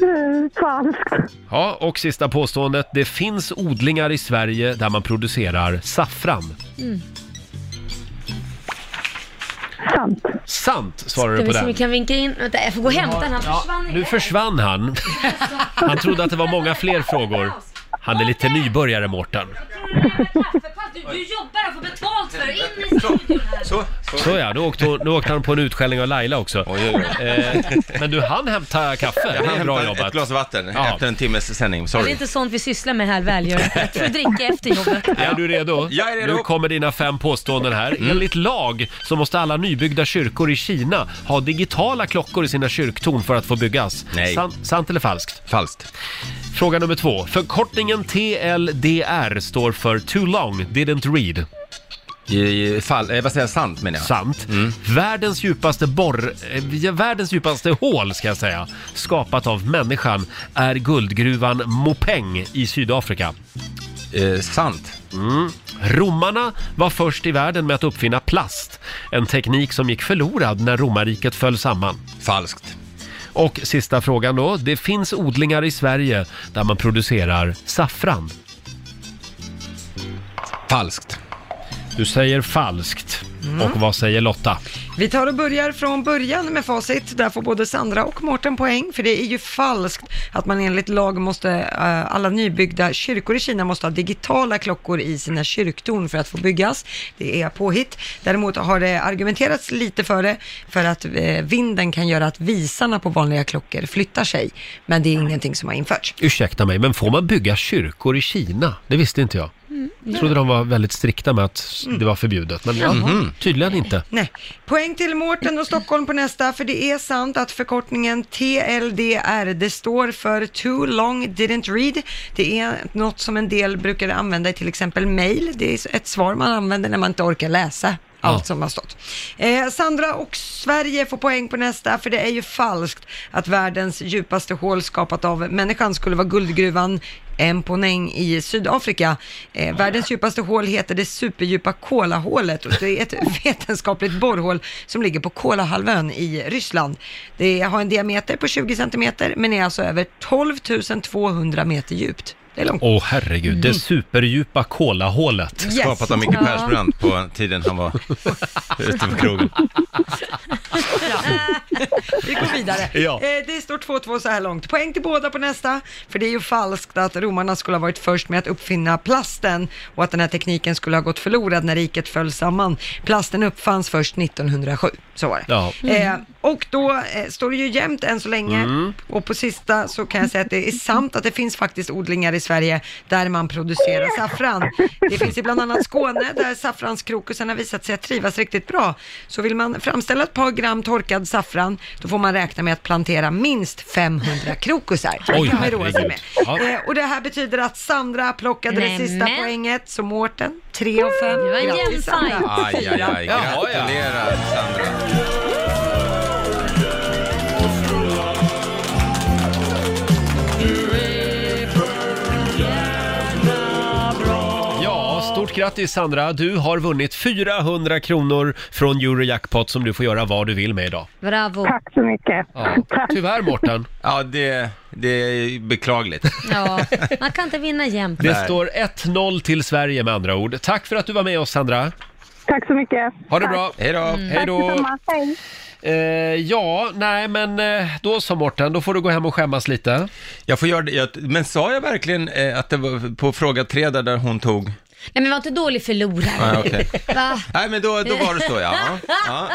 S9: eh, falskt.
S1: Ja, och sista påståendet. Det finns odlingar i Sverige där man producerar saffran.
S9: Sant.
S1: Sant, svarar du
S2: Ska
S1: på
S2: vi se om vi
S1: den.
S2: kan vinka in? Vänta, jag får gå och hämta den. Han försvann
S1: Nu
S2: iväg.
S1: försvann han. Han trodde att det var många fler frågor. Han är lite nybörjare, Mårten.
S2: Du, du jobbar och får betalt för In i studion här.
S8: Så, så.
S1: Så ja, nu åkte, hon- nu åkte han på en utskällning av Laila också.
S8: Oj, oj, oj.
S1: Eh, men du han hämta kaffe, det är bra
S8: Ett
S1: jobbat.
S8: glas vatten
S1: Ja.
S8: efter en timmes sändning,
S2: Det är
S8: sorry.
S2: inte sånt vi sysslar med här, välgörenhet. För att dricka efter jobbet.
S1: Är du redo?
S8: Jag är redo. Mm.
S1: Nu kommer dina fem påståenden här. Enligt lag så måste alla nybyggda kyrkor i Kina ha digitala klockor i sina kyrktorn för att få byggas.
S8: Nej.
S1: Sant- sant eller falskt?
S8: Falskt.
S1: Fråga nummer två. Förkortningen TLDR står för Too long didn't read.
S8: I, fall, eh, vad säger jag, sant menar jag.
S1: Sant. Världens djupaste borr... eh, ja, Världens djupaste hål, ska jag säga, skapat av människan är guldgruvan Mopeng i Sydafrika.
S8: Eh, sant.
S1: Romarna var först i världen med att uppfinna plast, en teknik som gick förlorad när romarriket föll samman.
S8: Falskt.
S1: Och sista frågan då. Det finns odlingar i Sverige där man producerar saffran.
S8: Falskt.
S1: Du säger falskt. Och vad säger Lotta?
S3: Vi tar och börjar från början med facit. Där får både Sandra och Mårten poäng, för det är ju falskt att man enligt lag måste, eh, alla nybyggda kyrkor i Kina måste ha digitala klockor i sina kyrktorn för att få byggas. Det är påhitt. Däremot har det argumenterats lite för det, för att eh, vinden kan göra att visarna på vanliga klockor flyttar sig. Men det är ingenting som har införts.
S1: Ursäkta mig, men får man bygga kyrkor i Kina? Det visste inte jag.
S9: Mm.
S1: Jag trodde de var väldigt strikta med att s- det var förbjudet, men ja,
S9: Mm.
S1: tydligen inte.
S3: Nej. Poäng till Mårten och Stockholm på nästa, för det är sant att förkortningen TLDR, det står för Too Long Didn't Read. Det är något som en del brukar använda i till exempel mail. Det är ett svar man använder när man inte orkar läsa allt
S1: Ja.
S3: som har stått. Eh, Sandra och Sverige får poäng på nästa, för det är ju falskt att världens djupaste hål skapat av människan skulle vara guldgruvan Mponeng i Sydafrika. Eh, världens djupaste hål heter det superdjupa Kolahålet och det är ett vetenskapligt borrhål som ligger på Kolahalvön i Ryssland. Det har en diameter på 20 centimeter men är alltså över 12 200 meter djupt. Det är långt.
S1: Åh herregud, det
S9: Mm.
S1: superdjupa kolahålet.
S3: Yes.
S8: Skapat av Micke Persbrandt på tiden han var ute på krogen.
S3: Vi går vidare.
S1: Ja.
S3: Eh, det står 2-2 så här långt. Poäng till båda på nästa, för det är ju falskt att romarna skulle ha varit först med att uppfinna plasten och att den här tekniken skulle ha gått förlorad när riket föll samman. Plasten uppfanns först 1907, så var det.
S1: Ja.
S3: Eh, och då eh, står det ju jämnt än så länge.
S1: Mm.
S3: Och på sista så kan jag säga att det är sant att det finns faktiskt odlingar i Sverige där man producerar saffran. Det finns i bland annat Skåne där saffranskrokusen har visat sig att trivas riktigt bra. Så vill man framställa ett par gram torkad saffran, då får man räkna med att plantera minst 500 krokusar. Det
S1: Oj,
S3: kan man roa sig
S1: herregud.
S3: med.
S1: Ja.
S3: Eh, och det här betyder att Sandra plockade det sista
S2: Nämen.
S3: poänget, så Mårten 3 av 5.
S2: Det var en jämn
S3: Grattis Sandra!
S2: fight.
S8: Aj, aj, aj.
S1: Jaha, ja.
S8: Gratulerar, Sandra.
S1: Stort grattis Sandra, du har vunnit 400 kronor från Eurojackpot som du får göra vad du vill med idag.
S2: Bravo.
S9: Tack så mycket.
S1: Ja. Tyvärr Mårten,
S8: Ja, det, det är beklagligt.
S2: Ja, man kan inte vinna jämt.
S1: det
S8: Nej.
S1: står 1-0 till Sverige med andra ord. Tack för att du var med oss Sandra.
S9: Tack så mycket.
S1: Ha det bra.
S8: Hej då.
S1: Hej då.
S9: Detsamma. Hej.
S1: Eh, ja, nej men eh, då så Mårten, då får du gå hem och skämmas lite.
S8: Jag får göra det. Jag, men sa jag verkligen eh, att det var på fråga tre där, där hon tog?
S2: Nej men var inte dålig förlorare.
S8: Nej, okej.
S2: Va?
S8: Nej, men då, då var det så ja. ja.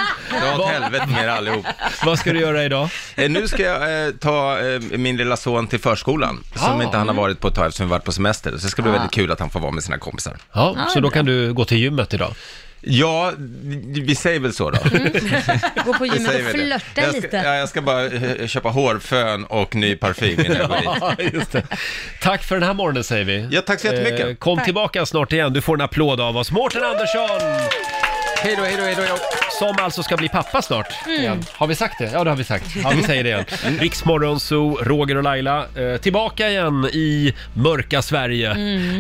S8: Dra åt helvete med er allihop.
S1: Vad ska du göra idag?
S8: Eh, nu ska jag eh, ta eh, min lilla son till förskolan, som
S1: Ah.
S8: inte han har varit på ett tag eftersom vi varit på semester. Så det ska bli väldigt kul att han får vara med sina kompisar.
S1: Ja, så då kan du gå till gymmet idag.
S8: Ja, vi säger väl så då.
S2: Gå på
S8: Vi
S2: gymmet
S8: säger
S2: och
S8: väl det.
S2: flörta
S8: jag ska,
S2: lite.
S8: Ja, jag ska bara eh, köpa hårfön och ny parfym innan jag går dit.
S1: Ja, just det. Tack för den här morgonen säger vi.
S8: Ja, tack så jättemycket.
S1: Eh, Kom tillbaka snart igen, du får en applåd av oss. Mårten Andersson!
S8: Hej då, hej då, hej då.
S1: Som alltså ska bli pappa snart. Igen. Har vi sagt det? Ja, det har vi sagt. Ja, vi säger det igen. Riksmorgon, Zoo, Roger och Laila. Eh, tillbaka igen i mörka Sverige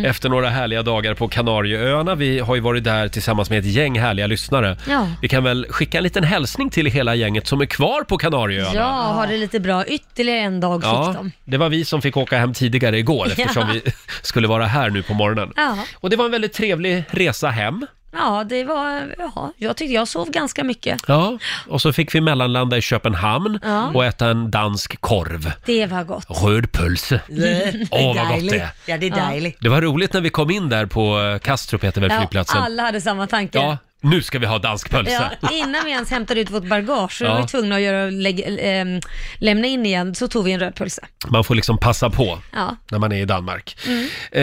S1: efter några härliga dagar på Kanarieöarna. Vi har ju varit där tillsammans med ett gäng härliga lyssnare.
S2: Ja.
S1: Vi kan väl skicka en liten hälsning till hela gänget som är kvar på Kanarieöarna.
S2: Ja, har det lite bra. Ytterligare en dag fick de.
S1: det var vi som fick åka hem tidigare igår eftersom
S2: Ja.
S1: vi skulle vara här nu på morgonen.
S2: Ja.
S1: Och det var en väldigt trevlig resa hem.
S2: Ja, det var, ja, jag tyckte jag sov ganska mycket.
S1: Ja, och så fick vi mellanlanda i Köpenhamn
S2: Ja.
S1: och äta en dansk korv.
S2: Det var gott.
S1: Röd pölse. Åh, vad gott det är.
S10: Ja, det är dejligt.
S1: Det var roligt när vi kom in där på eh, Kastrup, heter väl
S2: Ja,
S1: flygplatsen.
S2: alla hade samma tanke.
S1: Ja, nu ska vi ha dansk pölse.
S2: Ja, innan vi ens hämtade ut vårt bagage, så
S1: Ja.
S2: var vi tvungna att göra, lägga, ehm, lämna in igen, så tog vi en röd pölse.
S1: Man får liksom passa på.
S2: Ja.
S1: när man är i Danmark.
S2: Mm.
S1: Eh,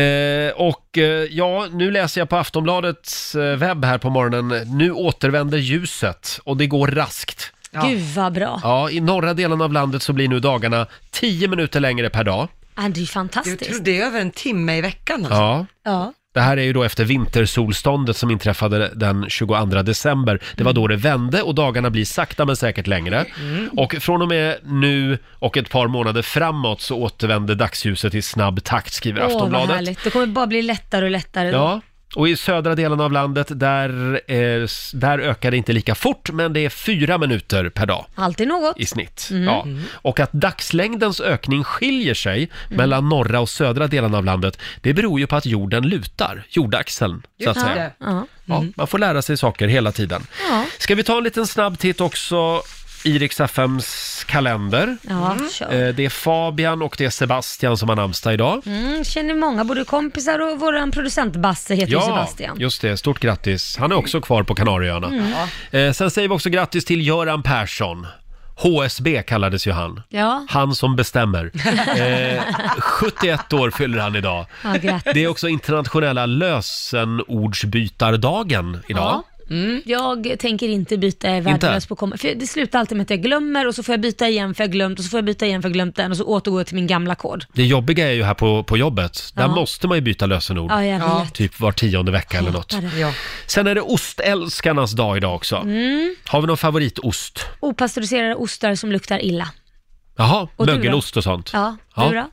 S1: och eh, ja, nu läser jag på Aftonbladets eh, webb här på morgonen. Nu återvänder ljuset och det går raskt.
S2: Gud vad bra.
S1: Ja, i norra delen av landet så blir nu dagarna 10 minuter längre per dag.
S2: Ja. Det är ju
S3: Jag tror
S2: fantastiskt.
S3: det är över en timme i veckan. Alltså.
S1: Ja.
S2: Ja.
S1: Det här är ju då efter vintersolståndet som inträffade den 22 december. Det var
S2: Mm.
S1: då det vände och dagarna blir sakta men säkert längre. Och från och med nu och ett par månader framåt så återvänder dagsljuset i snabb takt, skriver
S2: Åh, vad
S1: Aftonbladet.
S2: härligt. Det kommer bara bli lättare och lättare.
S1: Ja, och i södra delen av landet där, eh, s- där ökar det inte lika fort, men det är fyra minuter per dag
S2: Alltid något.
S1: i snitt.
S2: Mm.
S1: Ja. Och att dagslängdens ökning skiljer sig
S2: Mm.
S1: mellan norra och södra delen av landet, det beror ju på att jorden lutar, jordaxeln så att
S3: Just
S1: säga.
S3: det.
S2: Ja.
S1: Ja, man får lära sig saker hela tiden.
S2: Mm. Ja.
S1: Ska vi ta en liten snabb titt också i Rix FMs kalender?
S2: Ja,
S3: Mm.
S2: kör.
S1: Eh, Det är Fabian och det är Sebastian som har namnsdag idag.
S2: Mm, känner många, både kompisar och våran producent Basse heter ju Sebastian. Mm.
S1: just det. Stort grattis. Han är också kvar på Kanarieöarna. Eh, sen säger vi också grattis till Göran Persson. HSB kallades ju han.
S2: Ja,
S1: Han som bestämmer. Eh, 71 år fyller han idag.
S2: ja grattis.
S1: Det är också internationella lösenordsbytardagen idag.
S2: Ja.
S3: Mm.
S2: Jag tänker inte byta, jag är värdelös på att komma. För det slutar alltid med att jag glömmer och så får jag byta igen för jag glömt och så får jag byta igen för jag glömt den och så återgår jag till min gamla kod.
S1: Det jobbiga är ju här på, på jobbet. Där
S2: Ja.
S1: måste man ju byta lösenord.
S2: Ja, jag
S3: Ja.
S2: vet.
S1: Typ var tionde vecka eller något.
S2: Hatar det.
S3: Ja.
S1: Sen är det ostälskarnas dag idag också.
S2: Mm.
S1: Har vi någon favoritost?
S2: Opastöriserade ostar som luktar illa.
S1: Jaha,
S2: Och du då?
S1: mögelost och sånt.
S2: Ja,
S1: Ja.
S2: du då?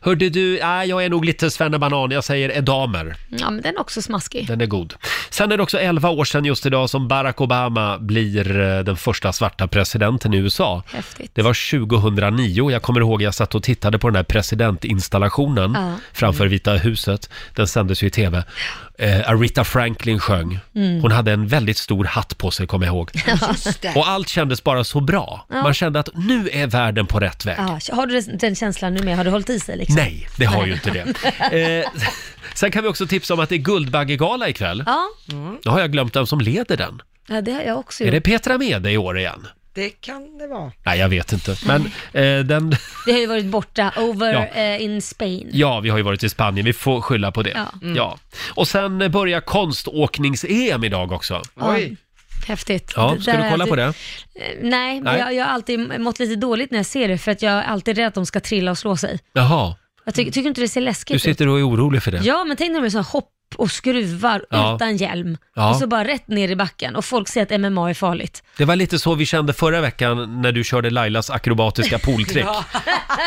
S1: Hörde du, äh, jag är nog lite svennebanan, jag säger edamer.
S2: Ja, men den är också smaskig.
S1: Den är god. Sen är det också 11 år sedan just idag som Barack Obama blir eh, den första svarta presidenten i USA.
S2: Häftigt.
S1: Det var 2009, jag kommer ihåg jag satt och tittade på den här presidentinstallationen
S2: Ja.
S1: framför Vita huset. Den sändes ju i tv. Eh, Aretha Franklin sjöng.
S2: Mm.
S1: Hon hade en väldigt stor hatt på sig, kommer jag ihåg. Och allt kändes bara så bra. Man kände att nu är världen på rätt väg.
S2: Ja, har du den känslan nu med? Har du hållit i sig liksom?
S1: Nej, det har ju inte det. Eh, sen kan vi också tipsa om att det är Guldbaggegala ikväll.
S2: Ja,
S1: Nu har jag glömt vem som leder den.
S2: ja det har jag också
S1: Är
S2: gjort.
S1: det
S2: Det...
S1: Petra Mede i år igen?
S3: Det kan det vara.
S1: Nej, jag vet inte. Men eh, den...
S2: har ju varit borta, over
S1: Ja.
S2: eh, in Spain.
S1: Ja, vi har ju varit i Spanien. Vi får skylla på det. Ja.
S2: Ja.
S1: Och sen eh, börjar konståknings-EM idag också.
S3: Oj.
S2: Häftigt.
S1: Ja,
S2: Det
S1: ska
S2: där
S1: du
S2: har
S1: kolla
S2: jag
S1: på det?
S2: Eh, Nej, men
S1: Nej.
S2: Jag, jag har alltid mått lite dåligt när jag ser det för att jag är alltid rädd att de ska trilla och slå sig.
S1: Jaha,
S2: Jag ty- tycker inte det ser
S1: Mm. du
S2: läskigt ut.
S1: sitter och är orolig för det.
S2: Ja, men tänk när de är så här hopp och skruvar
S1: Ja.
S2: utan hjälm.
S1: Ja.
S2: Och så bara rätt ner i backen och folk säger att MMA är farligt.
S1: Det var lite så vi kände förra veckan när du körde Lailas akrobatiska pooltrick.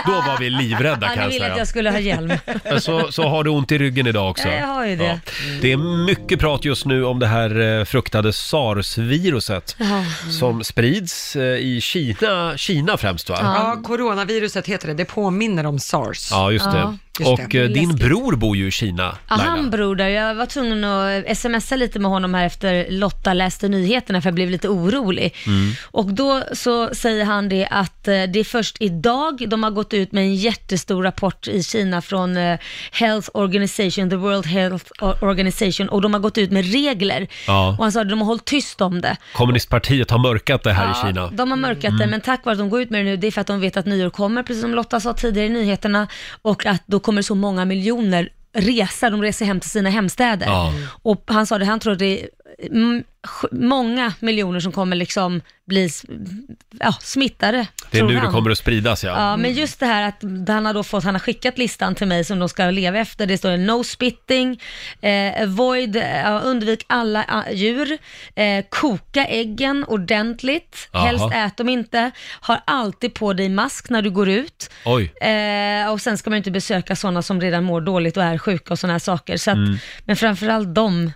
S1: Då var vi livrädda
S2: Ja,
S1: kan
S2: ni
S1: jag
S2: ville
S1: säga.
S2: att jag skulle ha hjälm.
S1: Men Så, så har du ont i ryggen idag också.
S2: Ja, jag har ju det.
S1: Det är mycket prat just nu om det här eh, fruktade sars-viruset
S2: Ja.
S1: Mm. som sprids eh, i Kina, Kina främst va?
S3: Ja, coronaviruset heter det. Det påminner om sars.
S1: Ja, just det.
S2: Ja,
S3: just
S1: och
S3: det.
S1: eh, din
S2: Läskigt.
S1: bror bor ju i Kina,
S2: Ja, han
S1: Laila.
S2: bror där, jag var tvungen att smsa lite med honom här efter Lotta läste nyheterna för jag blev lite orolig.
S1: Mm.
S2: Och då så säger han det att eh, det är först idag de har gått ut med en jättestor rapport i Kina från eh, Health Organization, the World Health Organization och de har gått ut med regler.
S1: Ja.
S2: Och han sa att de har hållit tyst om det.
S1: Kommunistpartiet har mörkat det här i
S2: Ja,
S1: Kina. Mm.
S2: De har mörkat det, men tack vare att de går ut med det nu, det är för att de vet att nyår kommer, precis som Lotta sa tidigare i nyheterna, och att då kommer så många miljoner resa, de reser hem till sina hemstäder.
S1: Ja.
S2: Och han sa det, han tror att det är mm, sj- många miljoner som kommer liksom bli s- ja, smittade.
S1: Det är
S2: tror
S1: nu det
S2: han.
S1: kommer att spridas ja.
S2: Ja, men just det här att han har då fått, han har skickat listan till mig som de ska leva efter. Det står no spitting, eh, avoid, eh, undvik alla eh, djur, eh, koka äggen ordentligt,
S1: Jaha.
S2: helst ät dem inte, har alltid på dig mask när du går ut.
S1: Oj.
S2: Eh, och sen ska man ju inte besöka sådana som redan mår dåligt och är sjuka och sådana här saker. Så att,
S1: Mm.
S2: Men framförallt de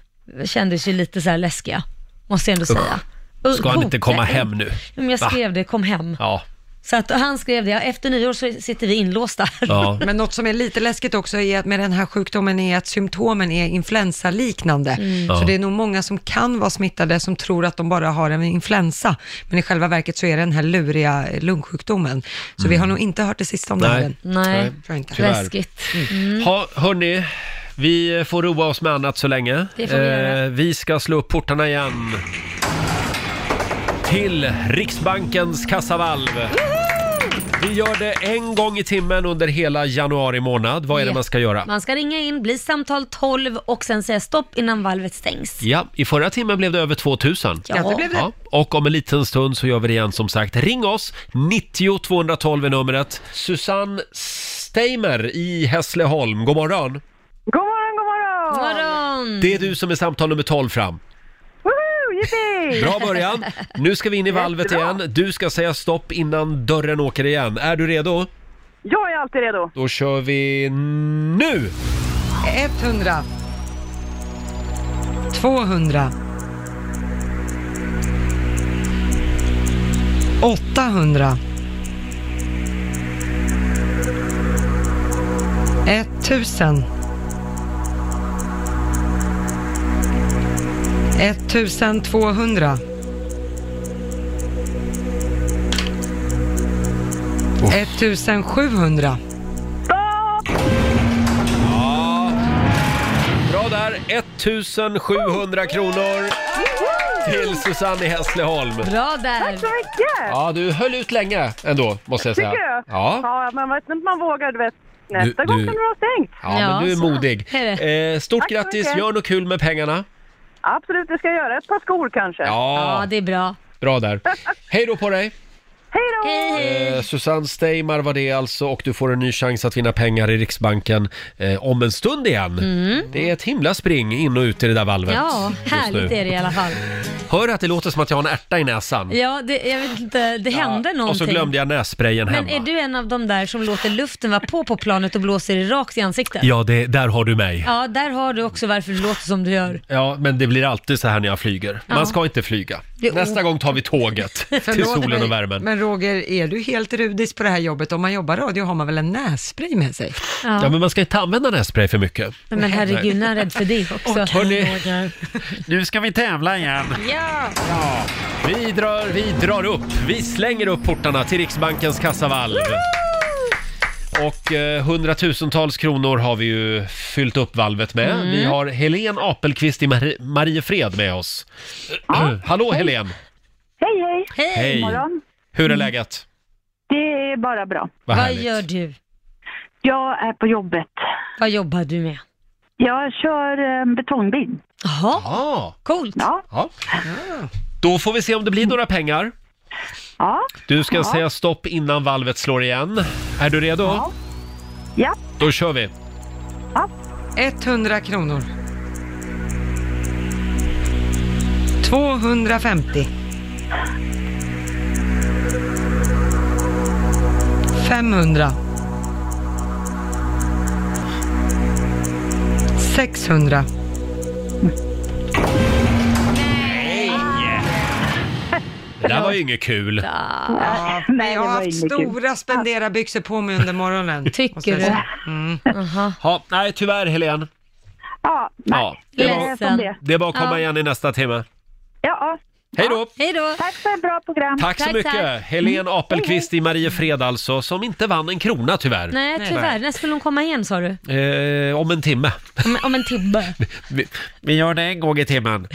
S2: kändes ju lite så här läskiga, måste jag ändå säga. Och
S1: Ska han inte
S2: koka
S1: komma
S2: ägg.
S1: hem nu?
S2: Men jag
S1: Va?
S2: skrev det, kom hem.
S1: Ja.
S2: Så att han skrev det, ja, efter nyår så sitter vi inlåsta.
S1: ja.
S3: Men något som är lite läskigt också är att med den här sjukdomen är att symptomen är influensaliknande.
S1: Ja.
S3: Så det är nog många som kan vara smittade som tror att de bara har en influensa. Men i själva verket så är det den här luriga eh, lungsjukdomen. Så vi har nog inte hört det sista om det här
S1: Mm. Nej.
S3: än.
S2: Nej,
S3: Tror jag inte.
S1: Tyvärr. Mm.
S2: läskigt. Mm.
S1: Ha, hörni, vi får roa oss med annat så länge. Eh,
S2: Det får vi göra.
S1: vi ska slå upp portarna igen. Till Riksbankens kassavalv. Vi gör det en gång i timmen under hela januari månad. Vad är det
S2: Ja.
S1: man ska göra?
S2: Man ska ringa in, bli samtal 12 och sen säga stopp innan valvet stängs.
S1: Ja, i förra timmen blev det över 2000.
S3: Ja, det blev det.
S1: Ja, och om en liten stund så gör vi det igen som sagt. Ring oss, 90 212 är numret. Susanne Steimer i Hässleholm, god morgon.
S9: God morgon, god morgon!
S2: God morgon!
S1: Det är du som är samtal nummer 12 fram.
S9: Woho, yippee!
S1: Bra början. Nu ska vi in i valvet igen. Du ska säga stopp innan dörren åker igen. Är du redo?
S9: Jag är alltid redo.
S1: Då kör vi nu!
S3: 100. 200. 800. 1000. 1200. 1700.
S1: Bra där! 1700 kronor till Susanne i Hässleholm.
S2: Bra där!
S9: Tack så mycket!
S1: Ja, du höll ut länge ändå, måste jag säga.
S9: Tycker du?
S1: Ja.
S9: ja men vet inte om man vågar, du vet. Nästa
S1: Du-
S9: gång
S1: du-
S9: kan det vara stängt.
S1: Ja, men du är
S2: Ja, så.
S1: modig.
S2: Är
S1: Eh, stort
S9: Tack så
S1: grattis,
S9: mycket.
S1: gör något kul med pengarna.
S9: Absolut, det ska jag göra. Ett par skor kanske.
S2: Ja,
S1: Ja,
S2: det är bra.
S1: bra där. Hej då på dig!
S9: Hej då!
S2: Hej, hej!
S1: Eh, Susanne Steimar var det alltså och du får en ny chans att vinna pengar i Riksbanken eh, om en stund igen. Det är ett himla spring in och ut i det där valvet.
S2: Mm. Ja,
S1: just
S2: härligt
S1: nu.
S2: är det i alla fall.
S1: Hör att det låter som att jag har en ärta i näsan?
S2: Ja, det, jag vet inte, det hände
S1: och
S2: någonting.
S1: så glömde jag nässprayen
S2: Men
S1: hemma.
S2: är du en av de där som låter luften vara på på planet och blåser det rakt i ansiktet?
S1: Ja, det, där har du mig. Ja.
S2: Ja, där har du också varför du låter som du gör.
S1: men det blir alltid så här när jag flyger. Man
S2: Ja.
S1: ska inte flyga.
S2: Jo.
S1: Nästa gång tar vi tåget till
S3: Förlåt
S1: solen
S3: mig,
S1: och värmen.
S3: Men Roger, är du helt rudis på det här jobbet? Om man jobbar radio har man väl en nässpray med sig?
S1: Ja, men man ska inte använda nässpray för mycket.
S2: Nej, Men herregud, när är jag rädd för det också.
S1: Hörni,
S5: Nu ska vi tävla igen.
S2: Ja.
S1: Vi drar, vi drar upp, vi slänger upp portarna till Riksbankens kassavalv. Och eh, hundratusentals kronor har vi ju fyllt upp valvet med.
S2: Mm.
S1: Vi har Helen Apelqvist i Mar- Mariefred med oss. Hallå Helen!
S9: Hej, hej!
S2: Hej,
S1: Hej.
S9: Morgon.
S1: Hur är läget?
S9: Det är bara bra.
S1: Vad
S2: vad
S1: härligt.
S2: gör du?
S9: Jag är på jobbet.
S2: Vad jobbar du med?
S9: Jag kör eh, betongbil.
S2: Jaha,
S1: Ja,
S2: coolt.
S9: Ja,
S1: ja. Då får vi se om det blir några pengar.
S9: ja,
S1: Du ska säga stopp innan valvet slår igen. Är du redo?
S9: ja.
S1: Då kör vi!
S3: 100 kronor. 250. 500. 600.
S1: Det där var ju inget kul.
S9: Nej,
S3: Jag har haft
S9: inget kul.
S3: stora spenderarbyxor på mig under morgonen.
S2: Tycker
S3: måste jag
S2: du?
S3: säga.
S1: Ja, nej, tyvärr Helene.
S9: Ja, nej.
S1: Ja, det,
S9: Det
S1: var,
S9: är som
S2: Ledsen.
S9: det. är.
S1: det är bara att komma
S2: Ja.
S1: igen i nästa timme.
S9: Ja,
S1: Hej då!
S2: Hej då!
S9: tack för ett bra program.
S1: Tack så
S2: Tack,
S1: mycket!
S2: tack.
S1: Helene Apelqvist i Mariefred alltså, som inte vann en krona tyvärr.
S2: Nej, tyvärr. När skulle hon komma igen sa du?
S1: Eh, om en timme.
S2: Om, om en timme.
S1: Vi, vi gör det en gång i timmen.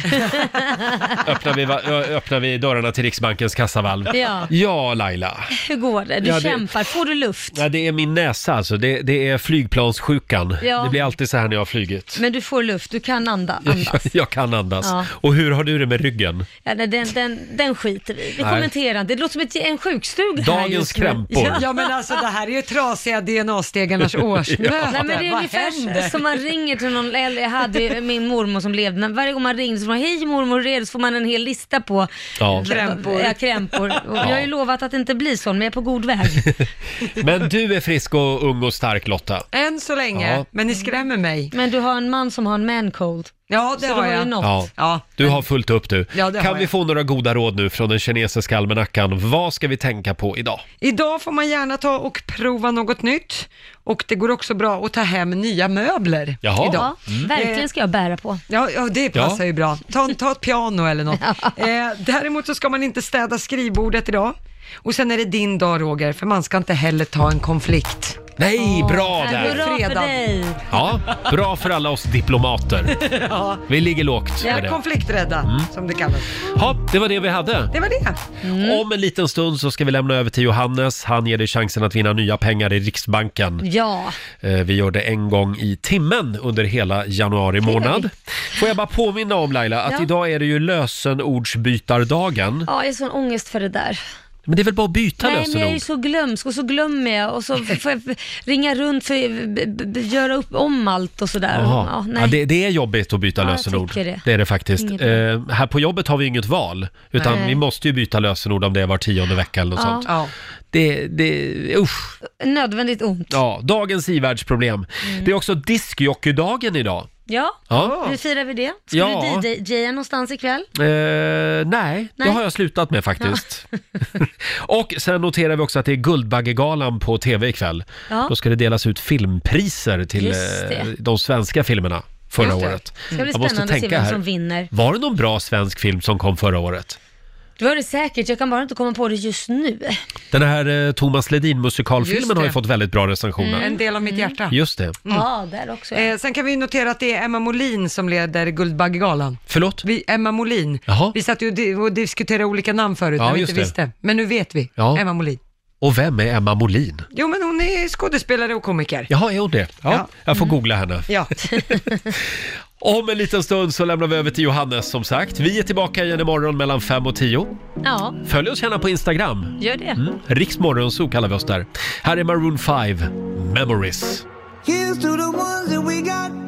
S1: öppnar, vi, va- ö- öppnar vi dörrarna till Riksbankens kassavalv.
S2: Ja.
S1: ja Laila.
S2: Hur går det? Du
S1: Ja, det-
S2: kämpar. Får du luft?
S1: Ja, det är min näsa alltså. Det, det är flygplanssjukan.
S2: Ja.
S1: Det blir alltid så här när jag har flugit.
S2: Men du får luft. Du kan anda, andas.
S1: Jag kan andas.
S2: Ja.
S1: Och hur har du det med ryggen?
S2: Ja, nej, den, den, den skiter vi i. Vi
S1: Nej.
S2: kommenterar inte. Det låter som ett, en sjukstuga här
S1: Dagens
S2: just nu.
S1: krämpor.
S2: Ja.
S3: Ja men alltså det här är ju trasiga DNA-stegarnas årsmöte.
S2: Nej, men det är
S3: Vad
S2: ungefär
S3: händer?
S2: som man ringer till någon, eller jag hade ju min mormor som levde, men varje gång man ringde så var hej mormor, hur är det? Så får man en hel lista på
S1: Ja.
S3: Krämpor.
S2: Ja, krämpor. Och Jag har ju lovat att det inte blir sån, men jag är på god väg.
S1: Men du är frisk och ung och stark Lotta.
S3: Än så länge,
S1: Ja.
S3: men ni skrämmer mig.
S2: Men du har en man som har en man cold.
S3: Ja det
S2: Så du
S3: har
S2: har ju
S3: jag.
S2: något.
S1: Ja.
S3: Ja.
S1: Du har fullt upp du.
S3: Ja, det har
S1: kan vi
S3: jag.
S1: få några goda råd nu från den kinesiska almanackan? Vad ska vi tänka på idag?
S3: Idag får man gärna ta och prova något nytt och det går också bra att ta hem nya möbler
S1: Jaha.
S3: idag.
S2: Ja, verkligen ska jag bära på.
S3: Ja, ja det passar ju bra. Ta, ta ett piano eller något. Eh, däremot så ska man inte städa skrivbordet idag. Och sen är det din dag Roger, för man ska inte heller ta en konflikt.
S1: Nej, bra där!
S2: Hurra för
S3: Fredag.
S2: dig!
S1: Ja, bra för alla oss diplomater. Vi ligger lågt
S3: Jag
S1: med
S3: är
S1: det.
S3: konflikträdda, som det kallas.
S1: Ja, det var det vi hade.
S3: Det var det.
S1: Om en liten stund så ska vi lämna över till Johannes. Han ger dig chansen att vinna nya pengar i Riksbanken.
S2: Ja,
S1: Eh, Vi gör det en gång i timmen under hela januari månad. Får jag bara påminna om Laila att
S2: Ja.
S1: idag är det ju lösenordsbytardagen.
S2: ja, jag är sån ångest för det där.
S1: Men det är väl bara att byta
S2: Nej, men jag är ju
S1: lösenord?
S2: så glömsk och så glömmer jag och så får jag ringa runt för att b- b- b- göra upp om allt och sådär.
S1: Jaha. Ja, det, det är jobbigt att byta
S2: Ja, jag
S1: lösenord.
S2: tycker det.
S1: Det är det faktiskt.
S2: Inget
S1: Eh, här på jobbet har vi ju inget val, utan
S2: Nej.
S1: vi måste ju byta lösenord om det är var tionde vecka eller något
S2: Ja.
S1: sånt.
S3: Ja.
S1: Det, det, usch.
S2: Nödvändigt ont.
S1: Ja, dagens ivärldsproblem.
S2: Mm.
S1: Det är också diskjockeydagen idag.
S2: Ja,
S1: Ja.
S2: hur firar vi det? Ska
S1: Ja.
S2: du DJa någonstans ikväll?
S1: Eh, nej, det
S2: Nej.
S1: har jag slutat med faktiskt. och sen noterar vi också att det är Guldbaggegalan på tv ikväll.
S2: Ja.
S1: Då ska det delas ut filmpriser till
S2: Just det.
S1: eh, de svenska filmerna förra
S3: Just det.
S1: året.
S2: Det ska bli
S1: Mm. Jag måste
S2: spännande att se
S1: tänka
S2: vem
S1: här.
S2: som vinner.
S1: Var det någon bra svensk film som kom förra året?
S2: Det var det säkert, jag kan bara inte komma på det just nu.
S1: Den här eh, Thomas Ledin
S3: Just
S1: musikalfilmen
S3: det.
S1: har ju fått väldigt bra recensioner.
S2: Mm.
S3: En del av mitt hjärta.
S1: Just det.
S2: Ja, där också. ja.
S3: Eh, sen kan vi notera att det är Emma Molin som leder Guldbaggegalan.
S1: Förlåt?
S3: Vi, Emma Molin.
S1: Jaha.
S3: Vi satt ju och di- och diskuterade olika namn förut
S1: Ja,
S3: när vi
S1: just
S3: inte
S1: det.
S3: visste. Men nu vet vi.
S1: Ja.
S3: Emma Molin.
S1: Och vem är Emma Molin?
S3: Jo, men hon är skådespelare och komiker.
S1: Jaha, är hon det? Ja,
S3: Ja.
S1: jag får googla henne.
S3: Ja.
S1: Om en liten stund så lämnar vi över till Johannes som sagt. Vi är tillbaka igen imorgon mellan 5 och 10.
S2: ja,
S1: Följ oss gärna på Instagram.
S2: gör det.
S1: Mm. Riksmorgonzoo kallar vi oss där. Här är Maroon 5, Memories.
S10: Here's to the ones that we got.